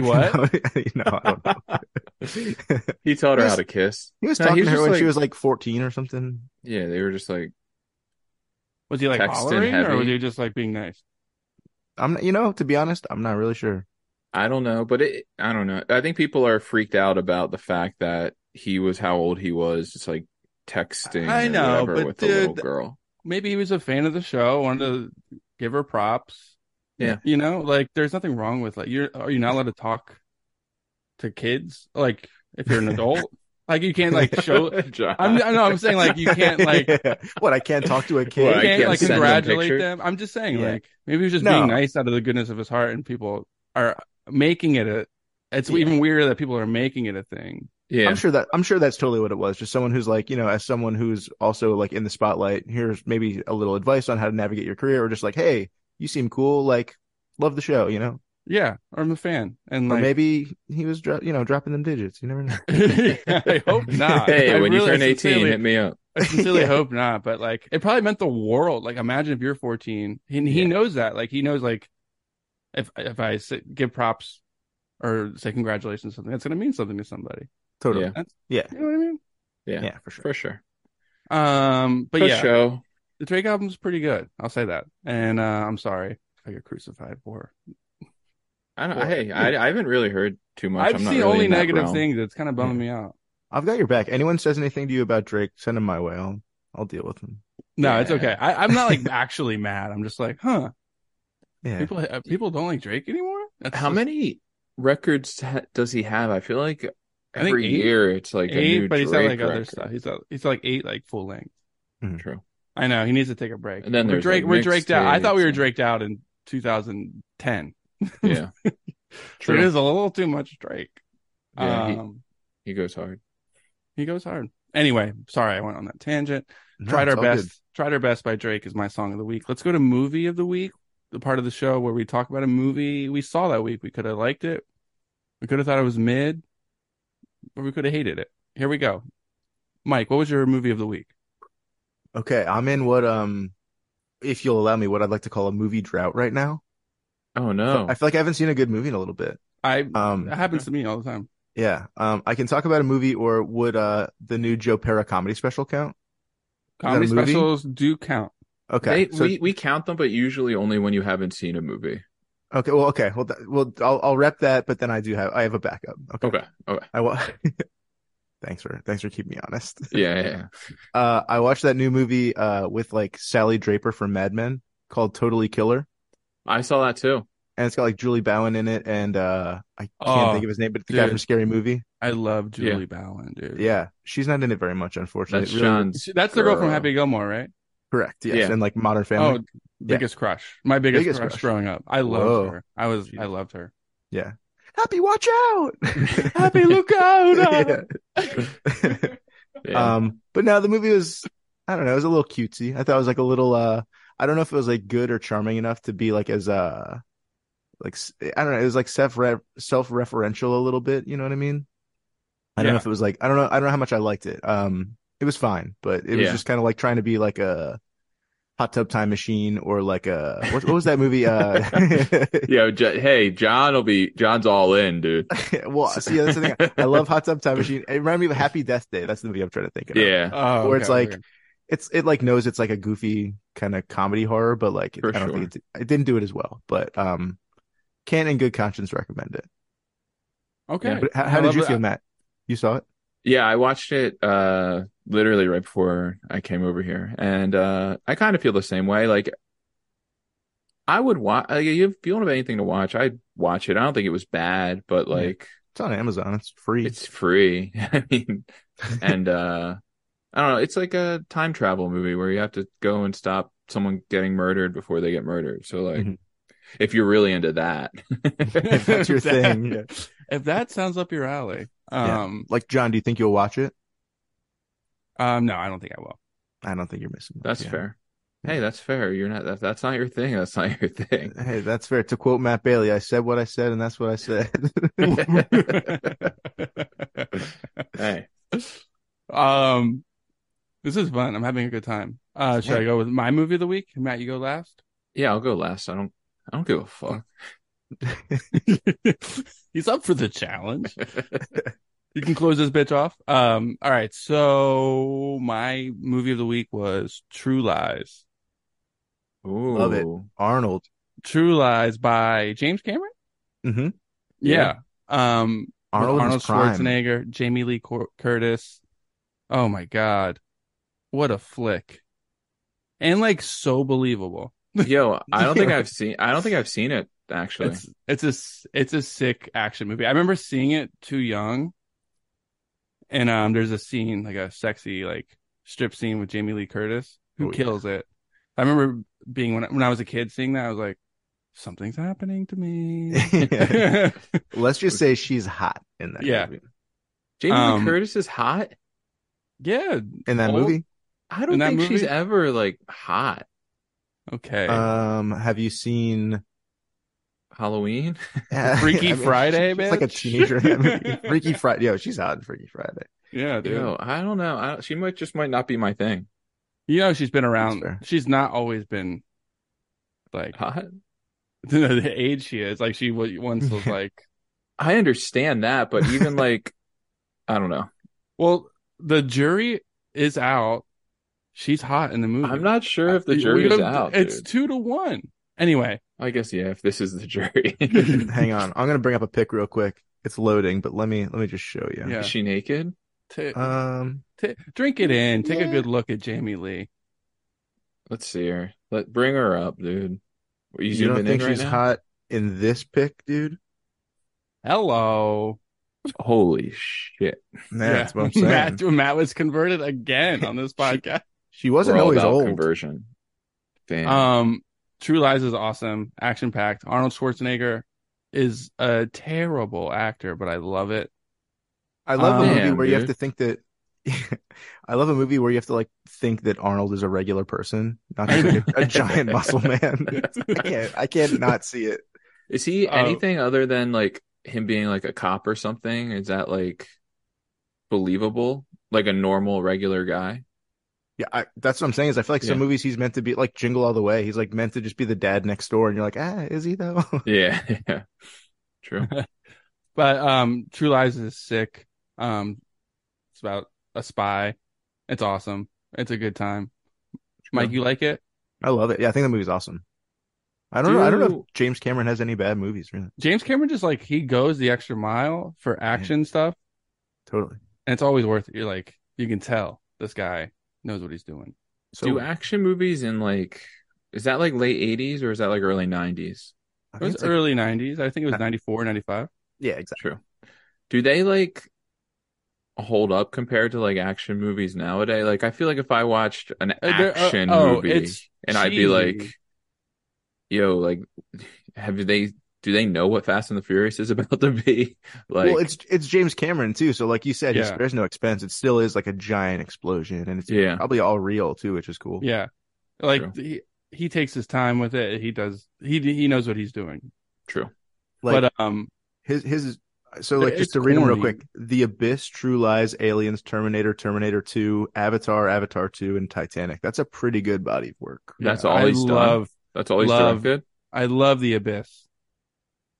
Speaker 2: what?
Speaker 3: you know, I don't know.
Speaker 1: he taught
Speaker 3: He
Speaker 1: her
Speaker 3: was-
Speaker 1: how to kiss.
Speaker 3: He was
Speaker 1: No,
Speaker 3: talking
Speaker 1: he was
Speaker 3: to her
Speaker 1: just
Speaker 3: when she
Speaker 1: like-
Speaker 3: was like 14 or something.
Speaker 1: Yeah, they were just like
Speaker 2: Was he like
Speaker 1: Texting
Speaker 2: hollering or
Speaker 1: heavy.
Speaker 2: was he just like being nice?
Speaker 3: I'm not, you know, to be honest, I'm not really sure.
Speaker 1: I don't know, but it, I don't know. I think people are freaked out about the fact that he was how old he was, just like texting
Speaker 2: I
Speaker 1: or
Speaker 2: know,
Speaker 1: whatever
Speaker 2: but
Speaker 1: with the little
Speaker 2: dude,
Speaker 1: girl.
Speaker 2: Maybe he was a fan of the show, wanted to give her props.
Speaker 1: Yeah.
Speaker 2: You know, like there's nothing wrong with like you're are you not allowed to talk to kids? Like if you're an adult. like you can't like show.
Speaker 1: John.
Speaker 2: I'm, I know I'm saying like you can't like you
Speaker 3: Yeah. What? I can't talk to a kid.
Speaker 1: Well, I
Speaker 2: can't,
Speaker 1: can't
Speaker 2: like
Speaker 1: send them
Speaker 2: congratulate
Speaker 1: pictures.
Speaker 2: them. I'm just saying
Speaker 3: Yeah.
Speaker 2: like maybe he was just
Speaker 3: No.
Speaker 2: being nice out of the goodness of his heart, and people are making it a. It's
Speaker 1: Yeah.
Speaker 2: even weirder that people are making it a thing.
Speaker 1: yeah.
Speaker 3: I'm sure that I'm sure that's totally what it was. Just someone who's like, you know, as someone who's also like in the spotlight, here's maybe a little advice on how to navigate your career, or just like, hey, you seem cool, like love the show, you know,
Speaker 2: Yeah, I'm a fan, and
Speaker 3: or
Speaker 2: like
Speaker 3: maybe he was, dro- you know, dropping them digits. You never know.
Speaker 2: I hope not.
Speaker 1: hey,
Speaker 2: I
Speaker 1: when you
Speaker 2: really-
Speaker 1: turn
Speaker 2: I
Speaker 1: 18,
Speaker 2: sincerely-
Speaker 1: hit me up.
Speaker 2: I sincerely
Speaker 3: Yeah.
Speaker 2: hope not, but like it probably meant the world. Like imagine if you're 14, he he
Speaker 1: Yeah.
Speaker 2: knows that. Like he knows like if if I say, give props or say congratulations, to something that's gonna mean something to somebody.
Speaker 3: Totally.
Speaker 1: Yeah.
Speaker 2: That's,
Speaker 3: Yeah.
Speaker 2: you know what I mean.
Speaker 1: Yeah,
Speaker 3: Yeah, for sure.
Speaker 1: for sure.
Speaker 2: Um, but
Speaker 1: For
Speaker 2: yeah,
Speaker 1: show.
Speaker 2: the Drake album's pretty good. I'll say that. And uh, I'm sorry if I get crucified for.
Speaker 1: I don't.
Speaker 2: Or-
Speaker 1: Hey, I, I haven't really heard too much.
Speaker 2: I've
Speaker 1: I'm
Speaker 2: seen
Speaker 1: not really
Speaker 2: only
Speaker 1: in that
Speaker 2: negative
Speaker 1: realm.
Speaker 2: things. It's kind of bumming me out.
Speaker 3: I've got your back. Anyone says anything to you about Drake, send them my way. I'll I'll deal with them.
Speaker 2: No,
Speaker 1: Yeah.
Speaker 2: it's okay. I, I'm not like actually mad. I'm just like, huh?
Speaker 3: Yeah.
Speaker 2: People uh, people don't like Drake anymore. That's
Speaker 1: How
Speaker 2: just-
Speaker 1: many records ha- does he have? I feel like
Speaker 2: I think
Speaker 1: every
Speaker 2: eight.
Speaker 1: year it's like a
Speaker 2: eight,
Speaker 1: new
Speaker 2: but he's got
Speaker 1: Drake
Speaker 2: like other
Speaker 1: record.
Speaker 2: stuff. He's got he's got, like eight like full length.
Speaker 1: True.
Speaker 2: I know he needs to take a break.
Speaker 1: And then
Speaker 2: we're
Speaker 1: there's,
Speaker 2: Drake.
Speaker 1: like,
Speaker 2: we're Draked out. I thought we were
Speaker 1: mixtapes
Speaker 2: Draked out in 2010.
Speaker 1: Yeah.
Speaker 2: So
Speaker 1: True.
Speaker 2: it is a little too much Drake.
Speaker 1: Yeah, he-
Speaker 2: um,
Speaker 1: he goes hard.
Speaker 2: he, goes hard. Anyway, sorry I went on that tangent.
Speaker 3: No,
Speaker 2: Tried our
Speaker 3: it's all good.
Speaker 2: best. Tried our best by Drake is my song of the week. Let's go to movie of the week, the part of the show where we talk about a movie we saw that week. We could have liked it. We could have thought it was mid, or we could have hated it. Here we go. Mike, what was your movie of the week?
Speaker 3: Okay, I'm in what um, if you'll allow me, what I'd like to call a movie drought right now.
Speaker 1: Oh no.
Speaker 3: I feel like I haven't seen a good movie in a little bit.
Speaker 2: I
Speaker 3: Um,
Speaker 2: That happens to me all the time.
Speaker 3: yeah. Um, I can talk about a movie, or would uh the new Joe Pera comedy special count? that a
Speaker 2: Comedy
Speaker 3: movie?
Speaker 2: specials do count.
Speaker 3: Okay,
Speaker 1: They-
Speaker 3: so
Speaker 1: we we count them, but usually only when you haven't seen a movie.
Speaker 3: okay, well, okay, well, th- well, I'll I'll rep that, but then I do have I have a backup. Okay,
Speaker 1: Okay. Okay.
Speaker 3: I wa- thanks for thanks for keeping me honest.
Speaker 1: Yeah. yeah, yeah.
Speaker 3: Uh, I watched that new movie uh with like Sally Draper from Mad Men called Totally Killer.
Speaker 1: I saw that too.
Speaker 3: and it's got like Julie Bowen in it, and uh, I can't
Speaker 2: Oh,
Speaker 3: think of his name, but it's the guy
Speaker 2: dude.
Speaker 3: from Scary Movie.
Speaker 2: I love
Speaker 1: Yeah.
Speaker 2: Julie Bowen, dude.
Speaker 3: Yeah, she's not in it very much, unfortunately.
Speaker 1: That's
Speaker 3: It really-
Speaker 1: John's.
Speaker 2: She- that's the girl from
Speaker 1: girl.
Speaker 2: Happy Gilmore, right?
Speaker 3: correct. Yes,
Speaker 1: Yeah.
Speaker 3: and like Modern Family.
Speaker 2: Oh, biggest crush. My biggest,
Speaker 3: Biggest
Speaker 2: crush,
Speaker 3: crush.
Speaker 2: growing up. I loved
Speaker 3: Whoa.
Speaker 2: her. I was, I
Speaker 1: Jeez.
Speaker 2: loved her.
Speaker 3: Happy, watch out!
Speaker 2: Happy look out!
Speaker 3: Yeah.
Speaker 1: Yeah.
Speaker 3: um, but no, the movie was I don't know, it was a little cutesy. I thought it was like a little uh, I don't know if it was like good or charming enough to be like as uh, like s- I don't know, it was like self self referential a little bit. You know what I mean? I don't know
Speaker 2: Yeah.
Speaker 3: if it was like I don't know I don't know how much I liked it. Um, it was fine, but it was
Speaker 1: Yeah.
Speaker 3: just kind of like trying to be like a hot tub time machine or like a what, what was that movie? Uh,
Speaker 1: Yo, J- hey, John will be John's all in, dude.
Speaker 3: well, see, that's the thing. I love hot tub time machine. It reminded me of Happy Death Day. That's the movie I'm trying to think of
Speaker 1: Yeah.
Speaker 2: Oh,
Speaker 3: Or it's like-
Speaker 2: okay.
Speaker 3: it's it like knows it's like a goofy kind of comedy horror, but like it,
Speaker 1: For
Speaker 3: I don't think it, it didn't do it as well. But um, can in good conscience recommend it.
Speaker 2: okay.
Speaker 1: Yeah.
Speaker 3: But how,
Speaker 2: I
Speaker 3: how did
Speaker 2: love
Speaker 3: you
Speaker 2: that.
Speaker 3: feel, Matt? You saw it?
Speaker 1: Yeah, I watched it uh literally right before I came over here. And uh I kind of feel the same way. Like I would watch like, if you don't have anything to watch, I'd watch it. I don't think it was bad, but
Speaker 3: Yeah.
Speaker 1: like
Speaker 3: It's on Amazon. It's free.
Speaker 1: it's free. I mean and uh I don't know, it's like a time travel movie where you have to go and stop someone getting murdered before they get murdered. So like
Speaker 2: Mm-hmm.
Speaker 3: Mhm.
Speaker 1: if you're really into that.
Speaker 3: if that's your
Speaker 2: That-
Speaker 3: thing, yeah.
Speaker 2: If that sounds up your alley,
Speaker 3: Yeah.
Speaker 2: um,
Speaker 3: like John, do you think you'll watch it?
Speaker 2: um, no, I don't think I will.
Speaker 3: I don't think you're missing. much,
Speaker 1: That's
Speaker 3: yeah.
Speaker 1: fair. Hey, that's fair. You're not that, that's not your thing. That's not your thing.
Speaker 3: Hey, that's fair. To quote Matt Bailey, I said what I said, and that's what I said.
Speaker 1: Hey.
Speaker 2: um, this is fun. I'm having a good time. Uh, should I go with my movie of the week? Matt, you go last.
Speaker 1: Yeah, I'll go last. I don't I don't give a fuck.
Speaker 2: He's up for the challenge. you can close this bitch off. Um, all right. So my movie of the week was True Lies.
Speaker 1: Ooh.
Speaker 3: Love it. Arnold.
Speaker 2: True Lies by James Cameron.
Speaker 3: hmm
Speaker 2: Yeah. Um, with
Speaker 3: Arnold,
Speaker 2: Arnold
Speaker 3: is prime.
Speaker 2: Schwarzenegger, Jamie Lee Cur- Curtis. Oh my god, what a flick! And like so believable.
Speaker 1: Yo, I don't think I've seen I don't think I've seen it actually.
Speaker 2: It's it's a s- it's a sick action movie. I remember seeing it too young, And um, there's a scene like a sexy like strip scene with Jamie Lee Curtis who
Speaker 3: Oh, yeah.
Speaker 2: kills it. I remember being when I, when I was a kid seeing that I was like, something's happening to me.
Speaker 3: Let's just say she's hot in that
Speaker 2: Yeah.
Speaker 3: movie.
Speaker 1: Jamie Lee
Speaker 2: Um,
Speaker 1: Curtis is hot.
Speaker 2: yeah.
Speaker 3: In that
Speaker 1: Old?
Speaker 3: movie,
Speaker 1: I
Speaker 2: in
Speaker 1: don't
Speaker 2: that
Speaker 1: think she's
Speaker 2: movie?
Speaker 1: ever like hot.
Speaker 2: Okay.
Speaker 3: um, have you seen
Speaker 1: Halloween.
Speaker 2: Freaky Friday,
Speaker 3: She's like a
Speaker 2: bitch.
Speaker 3: teenager in that movie. Freaky Friday. Yo, she's hot in Freaky Friday.
Speaker 2: yeah, dude.
Speaker 1: Yo, I don't know. I, she might just might not be my thing.
Speaker 2: You know she's been around.
Speaker 3: fair.
Speaker 2: She's not always been like
Speaker 1: Hot.
Speaker 2: the, the age she is. Like she wa- once was
Speaker 3: Yeah.
Speaker 2: like
Speaker 1: I understand that, but even like, I don't know.
Speaker 2: Well, the jury is out. She's hot in the movie.
Speaker 1: I'm not sure if the
Speaker 2: We
Speaker 1: jury's
Speaker 2: have-
Speaker 1: out.
Speaker 2: It's
Speaker 1: dude.
Speaker 2: two to one. Anyway,
Speaker 1: I guess yeah. If this is the jury,
Speaker 3: Hang on, I'm gonna bring up a pic real quick. It's loading, but let me let me just show you.
Speaker 2: Yeah.
Speaker 1: is she naked?
Speaker 2: t-
Speaker 3: Um,
Speaker 2: t- drink it in. Take a
Speaker 3: yeah.
Speaker 2: good look at Jamie Lee.
Speaker 1: Let's see her. Let bring her up, dude. Are you
Speaker 3: you,
Speaker 1: zooming
Speaker 3: don't think
Speaker 1: in right
Speaker 3: she's
Speaker 1: now?
Speaker 3: hot in this pic, dude?
Speaker 2: Hello.
Speaker 1: Holy shit!
Speaker 3: Nah,
Speaker 2: Yeah.
Speaker 3: That's what I'm saying.
Speaker 2: Matt, Matt was converted again on this podcast.
Speaker 3: she wasn't
Speaker 1: We're all
Speaker 3: always
Speaker 1: about
Speaker 3: old.
Speaker 1: conversion. Damn.
Speaker 2: um, True Lies is awesome, action packed. Arnold Schwarzenegger is a terrible actor, but I love it.
Speaker 3: I love
Speaker 2: Um,
Speaker 3: a movie
Speaker 1: Oh, Damn,
Speaker 3: where you have
Speaker 1: dude.
Speaker 3: to think that. I love a movie where you have to like think that Arnold is a regular person, not just like, a, a giant muscle man. I can't. I can't not see it.
Speaker 1: is he
Speaker 3: Um,
Speaker 2: uh,
Speaker 1: anything other than like him being like a cop or something? Is that like believable? Like a normal, regular guy?
Speaker 3: Yeah, I, that's what I'm saying. Is I feel like some
Speaker 1: Yeah.
Speaker 3: movies he's meant to be like Jingle All the Way. He's like meant to just be the dad next door, and you're like, ah, is he though?
Speaker 1: Yeah. Yeah. True.
Speaker 2: But um, True Lies is sick. Um, it's about a spy. It's awesome. It's a good time. Mike, you like it?
Speaker 3: I love it. Yeah, I think the movie's awesome. I don't know. I don't know if James Cameron has any bad movies. Really,
Speaker 2: James Cameron just like he goes the extra mile for action stuff,
Speaker 3: totally.
Speaker 2: and it's always worth it. You're like you can tell this guy knows what he's doing.
Speaker 3: So
Speaker 1: Do action movies in like is that like late eighties or is that like early nineties?
Speaker 2: It
Speaker 3: I think
Speaker 2: was
Speaker 3: it's like-
Speaker 2: early '90s. I think it was
Speaker 3: Nah.
Speaker 2: '94, '95.
Speaker 3: yeah, exactly.
Speaker 1: True. Do they like hold up compared to like action movies nowadays? Like I feel like if I watched an
Speaker 2: Uh, they're- uh,
Speaker 1: action
Speaker 2: oh,
Speaker 1: movie
Speaker 2: it's
Speaker 1: and I'd be
Speaker 2: cheesy.
Speaker 1: like, yo, like have they do they know what Fast and the Furious is about to be? Like
Speaker 3: well, it's it's James Cameron too. So like you said, he
Speaker 2: Yeah.
Speaker 3: spares no expense. It still is like a giant explosion, and it's
Speaker 1: Yeah.
Speaker 3: probably all real too, which is cool.
Speaker 2: Yeah, like
Speaker 1: True.
Speaker 2: he, he takes his time with it. He does. He he knows what he's doing.
Speaker 1: true.
Speaker 3: Like
Speaker 2: but um,
Speaker 3: his his. So like
Speaker 2: It's
Speaker 3: just to read them real
Speaker 2: corny.
Speaker 3: quick: The Abyss, True Lies, Aliens, Terminator, Terminator Two, Avatar, Avatar Two, and Titanic. That's a pretty good body of work.
Speaker 1: That's
Speaker 2: yeah,
Speaker 1: all
Speaker 2: I
Speaker 1: he's done?
Speaker 2: love.
Speaker 1: That's all he's
Speaker 2: Love.
Speaker 1: directed.
Speaker 2: I love the abyss.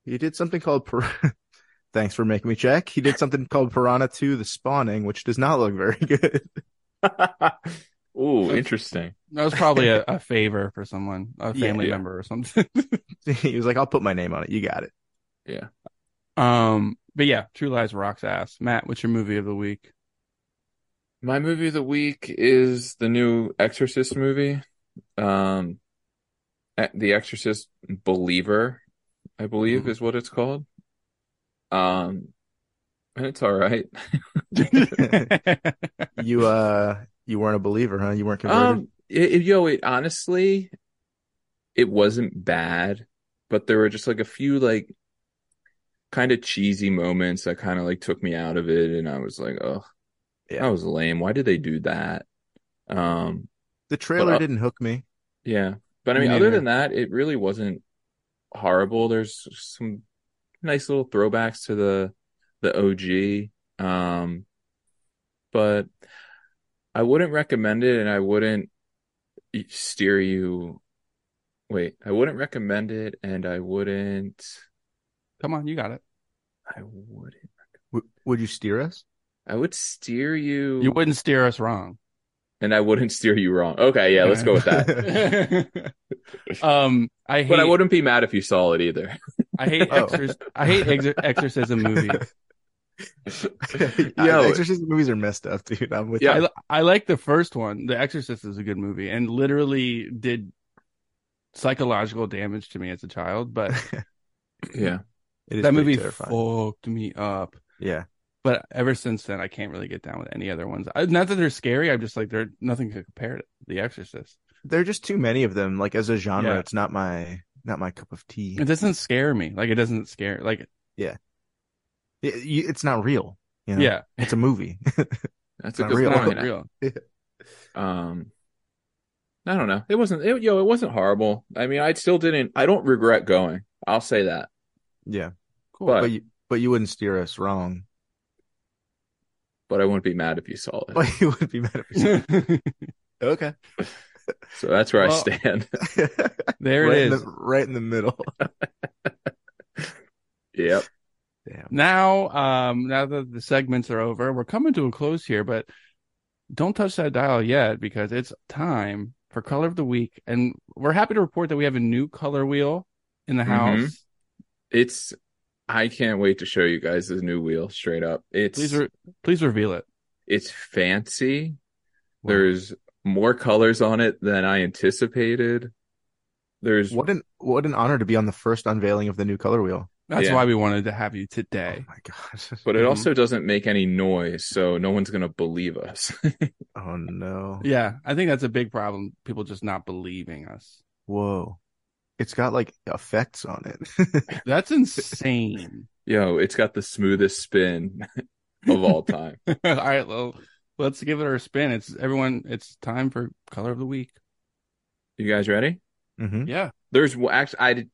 Speaker 3: He did something called. Pir- Thanks for making me check. He did something called Piranha Two: The Spawning, which does not look very good.
Speaker 1: Ooh, interesting.
Speaker 2: That was probably a, a favor for someone, a
Speaker 3: Yeah,
Speaker 2: family
Speaker 1: yeah.
Speaker 2: member or something.
Speaker 3: he was like, "I'll put my name on it. You got it."
Speaker 2: um, but yeah, True Lies rocks ass. Matt, what's your movie of the week?
Speaker 1: My movie of the week is the new Exorcist movie. Um, E- The Exorcist Believer, I believe
Speaker 2: Mhm.
Speaker 1: is what it's called. Um, and it's all right.
Speaker 3: You uh, you weren't a believer, huh? You weren't converted.
Speaker 1: Um, it, it- yo, it honestly, it wasn't bad, but there were just like a few like kind of cheesy moments that kind of like took me out of it, and I was like, oh,
Speaker 3: Yeah.
Speaker 1: that was lame. Why did they do that? Um,
Speaker 3: The trailer
Speaker 1: But, uh,
Speaker 3: didn't hook me.
Speaker 1: Yeah. But I
Speaker 2: Me
Speaker 1: mean, other
Speaker 2: neither.
Speaker 1: than that, it really wasn't horrible. There's some nice little throwbacks to the the OG. Um, but I wouldn't recommend it, and I wouldn't steer you. Wait, I wouldn't recommend it, and I wouldn't.
Speaker 2: Come on, you got it.
Speaker 1: I wouldn't.
Speaker 3: W- would you steer us?
Speaker 1: I would steer you,
Speaker 2: You wouldn't steer us wrong.
Speaker 1: and I wouldn't steer you wrong. Okay, yeah, let's go with that.
Speaker 2: um, I hate.
Speaker 1: But I wouldn't be mad if you saw it either.
Speaker 2: I hate.
Speaker 3: Oh.
Speaker 2: Exor- I hate exor- exorcism movies.
Speaker 3: yeah, Exorcist movies are messed up, dude. I'm with
Speaker 1: Yeah.
Speaker 2: I, I like the first one. The Exorcist is a good movie, and literally did psychological damage to me as a child. But
Speaker 3: you.
Speaker 1: Yeah.
Speaker 3: It is
Speaker 2: that
Speaker 3: pretty
Speaker 2: movie
Speaker 3: terrifying.
Speaker 2: fucked me up.
Speaker 3: Yeah,
Speaker 2: But ever since then, I can't really get down with any other ones. I, not that they're scary. I'm just like they're nothing to compare to The Exorcist.
Speaker 3: There are just too many of them. Like as a genre,
Speaker 2: Yeah.
Speaker 3: it's not my not my cup of tea.
Speaker 2: It doesn't scare me. Like it doesn't scare. Like
Speaker 3: It- you- it's not real. You know?
Speaker 2: yeah,
Speaker 3: it's a movie.
Speaker 1: That's a
Speaker 3: Not
Speaker 1: good
Speaker 3: real.
Speaker 2: it's
Speaker 1: point.
Speaker 2: not real.
Speaker 1: um i don't know it wasn't it, yo it wasn't horrible i mean i still didn't i don't regret going i'll say that
Speaker 3: yeah,
Speaker 2: Cool.
Speaker 1: but
Speaker 3: but
Speaker 1: but,
Speaker 3: you, but you wouldn't steer us wrong.
Speaker 1: i wouldn't be mad if you saw it
Speaker 3: But you would be mad if we said- okay.
Speaker 1: so that's where
Speaker 2: Well-
Speaker 1: i stand
Speaker 2: there
Speaker 3: right
Speaker 2: it
Speaker 3: in
Speaker 2: is.
Speaker 3: the, right in the middle.
Speaker 1: yep
Speaker 3: Damn.
Speaker 2: Now, um, now that the segments are over, we're coming to a close here, but don't touch that dial yet because it's time for color of the week, and we're happy to report that we have a new color wheel in the house.
Speaker 3: Mm-hmm.
Speaker 1: Mhm. it's i can't wait to show you guys this new wheel straight up it's
Speaker 2: Please, re- please reveal it.
Speaker 1: it's fancy there's more colors on it than i anticipated there's
Speaker 3: What an what an honor to be on the first unveiling of the new color wheel.
Speaker 2: That's
Speaker 1: yeah.
Speaker 2: why we wanted to have you today.
Speaker 3: Oh my god.
Speaker 1: but it
Speaker 2: Mhm.
Speaker 1: also doesn't make any noise so no one's gonna believe us
Speaker 3: Oh no.
Speaker 2: Yeah, I think that's a big problem. People just not believing us.
Speaker 3: Whoa. It's got like effects on it.
Speaker 2: That's insane.
Speaker 1: yo it's got the smoothest spin of all time
Speaker 2: all right, well, let's give it our spin. It's everyone. It's time for color of the week.
Speaker 1: You guys ready?
Speaker 3: hmm
Speaker 2: Yeah,
Speaker 1: There's well, actually I did,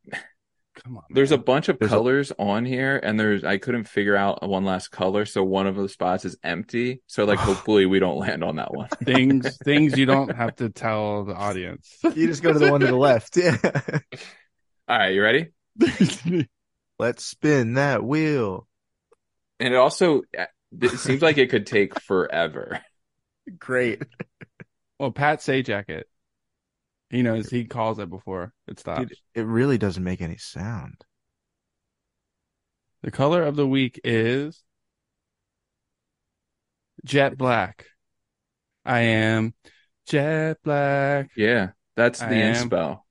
Speaker 2: come on.
Speaker 1: there's a
Speaker 2: man.
Speaker 1: bunch of
Speaker 3: There's a-
Speaker 1: colors on here, and there's I couldn't figure out one last color, so one of the spots is empty. So like, hopefully we don't land on that one.
Speaker 2: things things you don't have to tell the audience.
Speaker 3: You just go to the one to the left. Yeah.
Speaker 1: All right, you ready?
Speaker 3: Let's spin that wheel.
Speaker 1: And it also it seems like it could take forever.
Speaker 3: Great.
Speaker 2: well, Pat Sajak it. He knows. He calls it before it stops.
Speaker 3: Dude, it really doesn't make any sound.
Speaker 2: The color of the week is jet black. I am jet black.
Speaker 1: Yeah, that's the
Speaker 2: I
Speaker 1: end
Speaker 2: am.
Speaker 1: spell.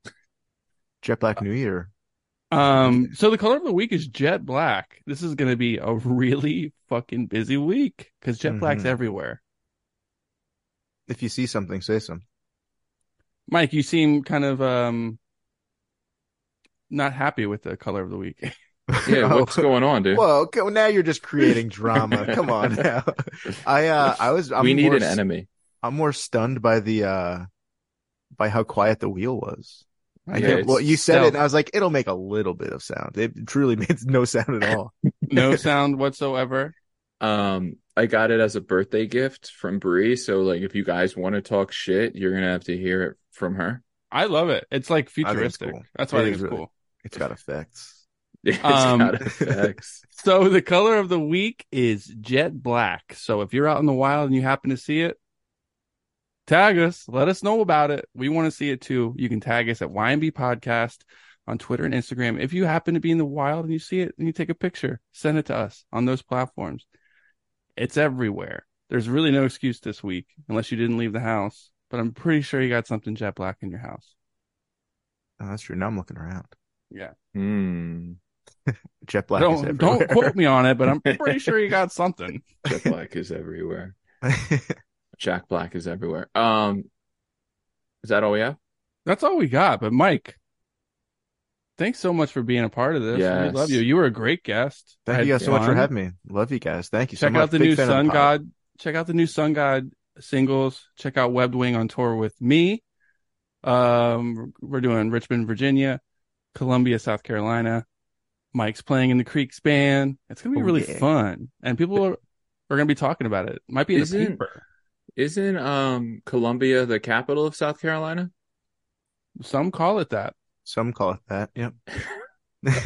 Speaker 3: Jet Black
Speaker 1: Uh,
Speaker 3: New Year.
Speaker 2: Um, so the color of the week is jet black. This is going to be a really fucking busy week because jet black's
Speaker 3: Mhm.
Speaker 2: everywhere.
Speaker 3: If you see something, say something.
Speaker 2: Mike, you seem kind of um not happy with the color of the week.
Speaker 1: Yeah,
Speaker 3: Oh.
Speaker 1: what's going on, dude?
Speaker 3: Whoa, okay, well, now you're just creating drama. Come on now. I uh I was I'm
Speaker 1: we need
Speaker 3: more
Speaker 1: an
Speaker 3: s-
Speaker 1: enemy.
Speaker 3: I'm more stunned by the uh by how quiet the wheel was. I
Speaker 1: Yeah,
Speaker 3: didn't-
Speaker 1: it's
Speaker 3: well, you said it,
Speaker 2: stealth.
Speaker 3: and I was like, it'll make a little bit of sound. It truly makes no sound at all.
Speaker 2: no sound whatsoever.
Speaker 1: Um, I got it as a birthday gift from Bree. So like, if you guys want to talk shit, you're gonna have to hear it from her.
Speaker 2: I love it. It's like
Speaker 3: it's
Speaker 2: futuristic.
Speaker 3: cool.
Speaker 2: That's why
Speaker 3: It
Speaker 2: I think
Speaker 3: is
Speaker 2: it's
Speaker 3: really-
Speaker 2: cool.
Speaker 3: It's got effects.
Speaker 1: It's
Speaker 2: Um,
Speaker 1: got effects.
Speaker 2: So the color of the week is jet black. So if you're out in the wild and you happen to see it, tag us. Let us know about it. We want to see it too. You can tag us at YMB Podcast on Twitter and Instagram. If you happen to be in the wild and you see it and you take a picture, send it to us on those platforms. It's everywhere. There's really no excuse this week unless you didn't leave the house, but I'm pretty sure you got something jet black in your house.
Speaker 3: Oh, that's true. Now I'm looking around.
Speaker 1: Hmm.
Speaker 3: Jet Black is
Speaker 2: Don't,
Speaker 3: everywhere.
Speaker 2: don't quote me on it, but I'm pretty sure you got something.
Speaker 1: Jack Black is everywhere. Jack Black is everywhere. Um, is that all we have?
Speaker 2: That's all we got. But Mike, thanks so much for being a part of this. We
Speaker 1: Yes.
Speaker 2: love you. You were a great guest. I
Speaker 3: Thank you
Speaker 2: had
Speaker 3: guys so much for
Speaker 2: fun.
Speaker 3: having me. Love you guys. Thank you so
Speaker 2: Check
Speaker 3: much.
Speaker 2: out the
Speaker 3: Big
Speaker 2: new
Speaker 3: fan of the
Speaker 2: Sun
Speaker 3: pod.
Speaker 2: God. Check out the new Sun God singles. Check out Webbed Wing on tour with me. Um, we're doing Richmond, Virginia, Columbia, South Carolina. Mike's playing in the Creeks band. It's gonna be
Speaker 3: Oh,
Speaker 2: really
Speaker 3: yeah.
Speaker 2: fun, and people are, are gonna be talking about it. Might be in the
Speaker 1: Isn't-
Speaker 2: paper.
Speaker 1: Isn't um Columbia the capital of South Carolina?
Speaker 2: Some call it that.
Speaker 3: Some call it that. Yep.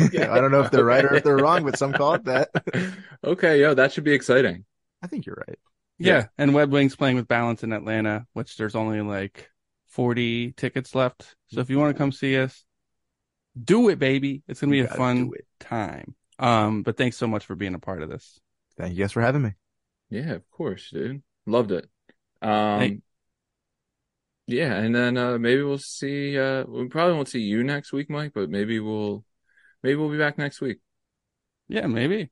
Speaker 1: Okay.
Speaker 3: I don't know if they're right or if they're wrong, but some call it that.
Speaker 1: okay, yo, that should be exciting.
Speaker 3: I think you're right.
Speaker 2: Yeah.
Speaker 1: Yeah.
Speaker 2: And Web Wings playing with Balance in Atlanta, which there's only like 40 tickets left. So if you want to come see us, do it, baby. It's going to
Speaker 3: You
Speaker 2: be a
Speaker 3: gotta
Speaker 2: fun
Speaker 3: do it.
Speaker 2: time. Um, but thanks so much for being a part of this.
Speaker 3: Thank you guys for having me.
Speaker 1: Yeah, of course, dude. Loved it. Um,
Speaker 2: Thank-
Speaker 1: yeah, and then uh, maybe we'll see. Uh, we probably won't see you next week, Mike, but maybe we'll maybe we'll be back next week.
Speaker 2: Yeah, maybe.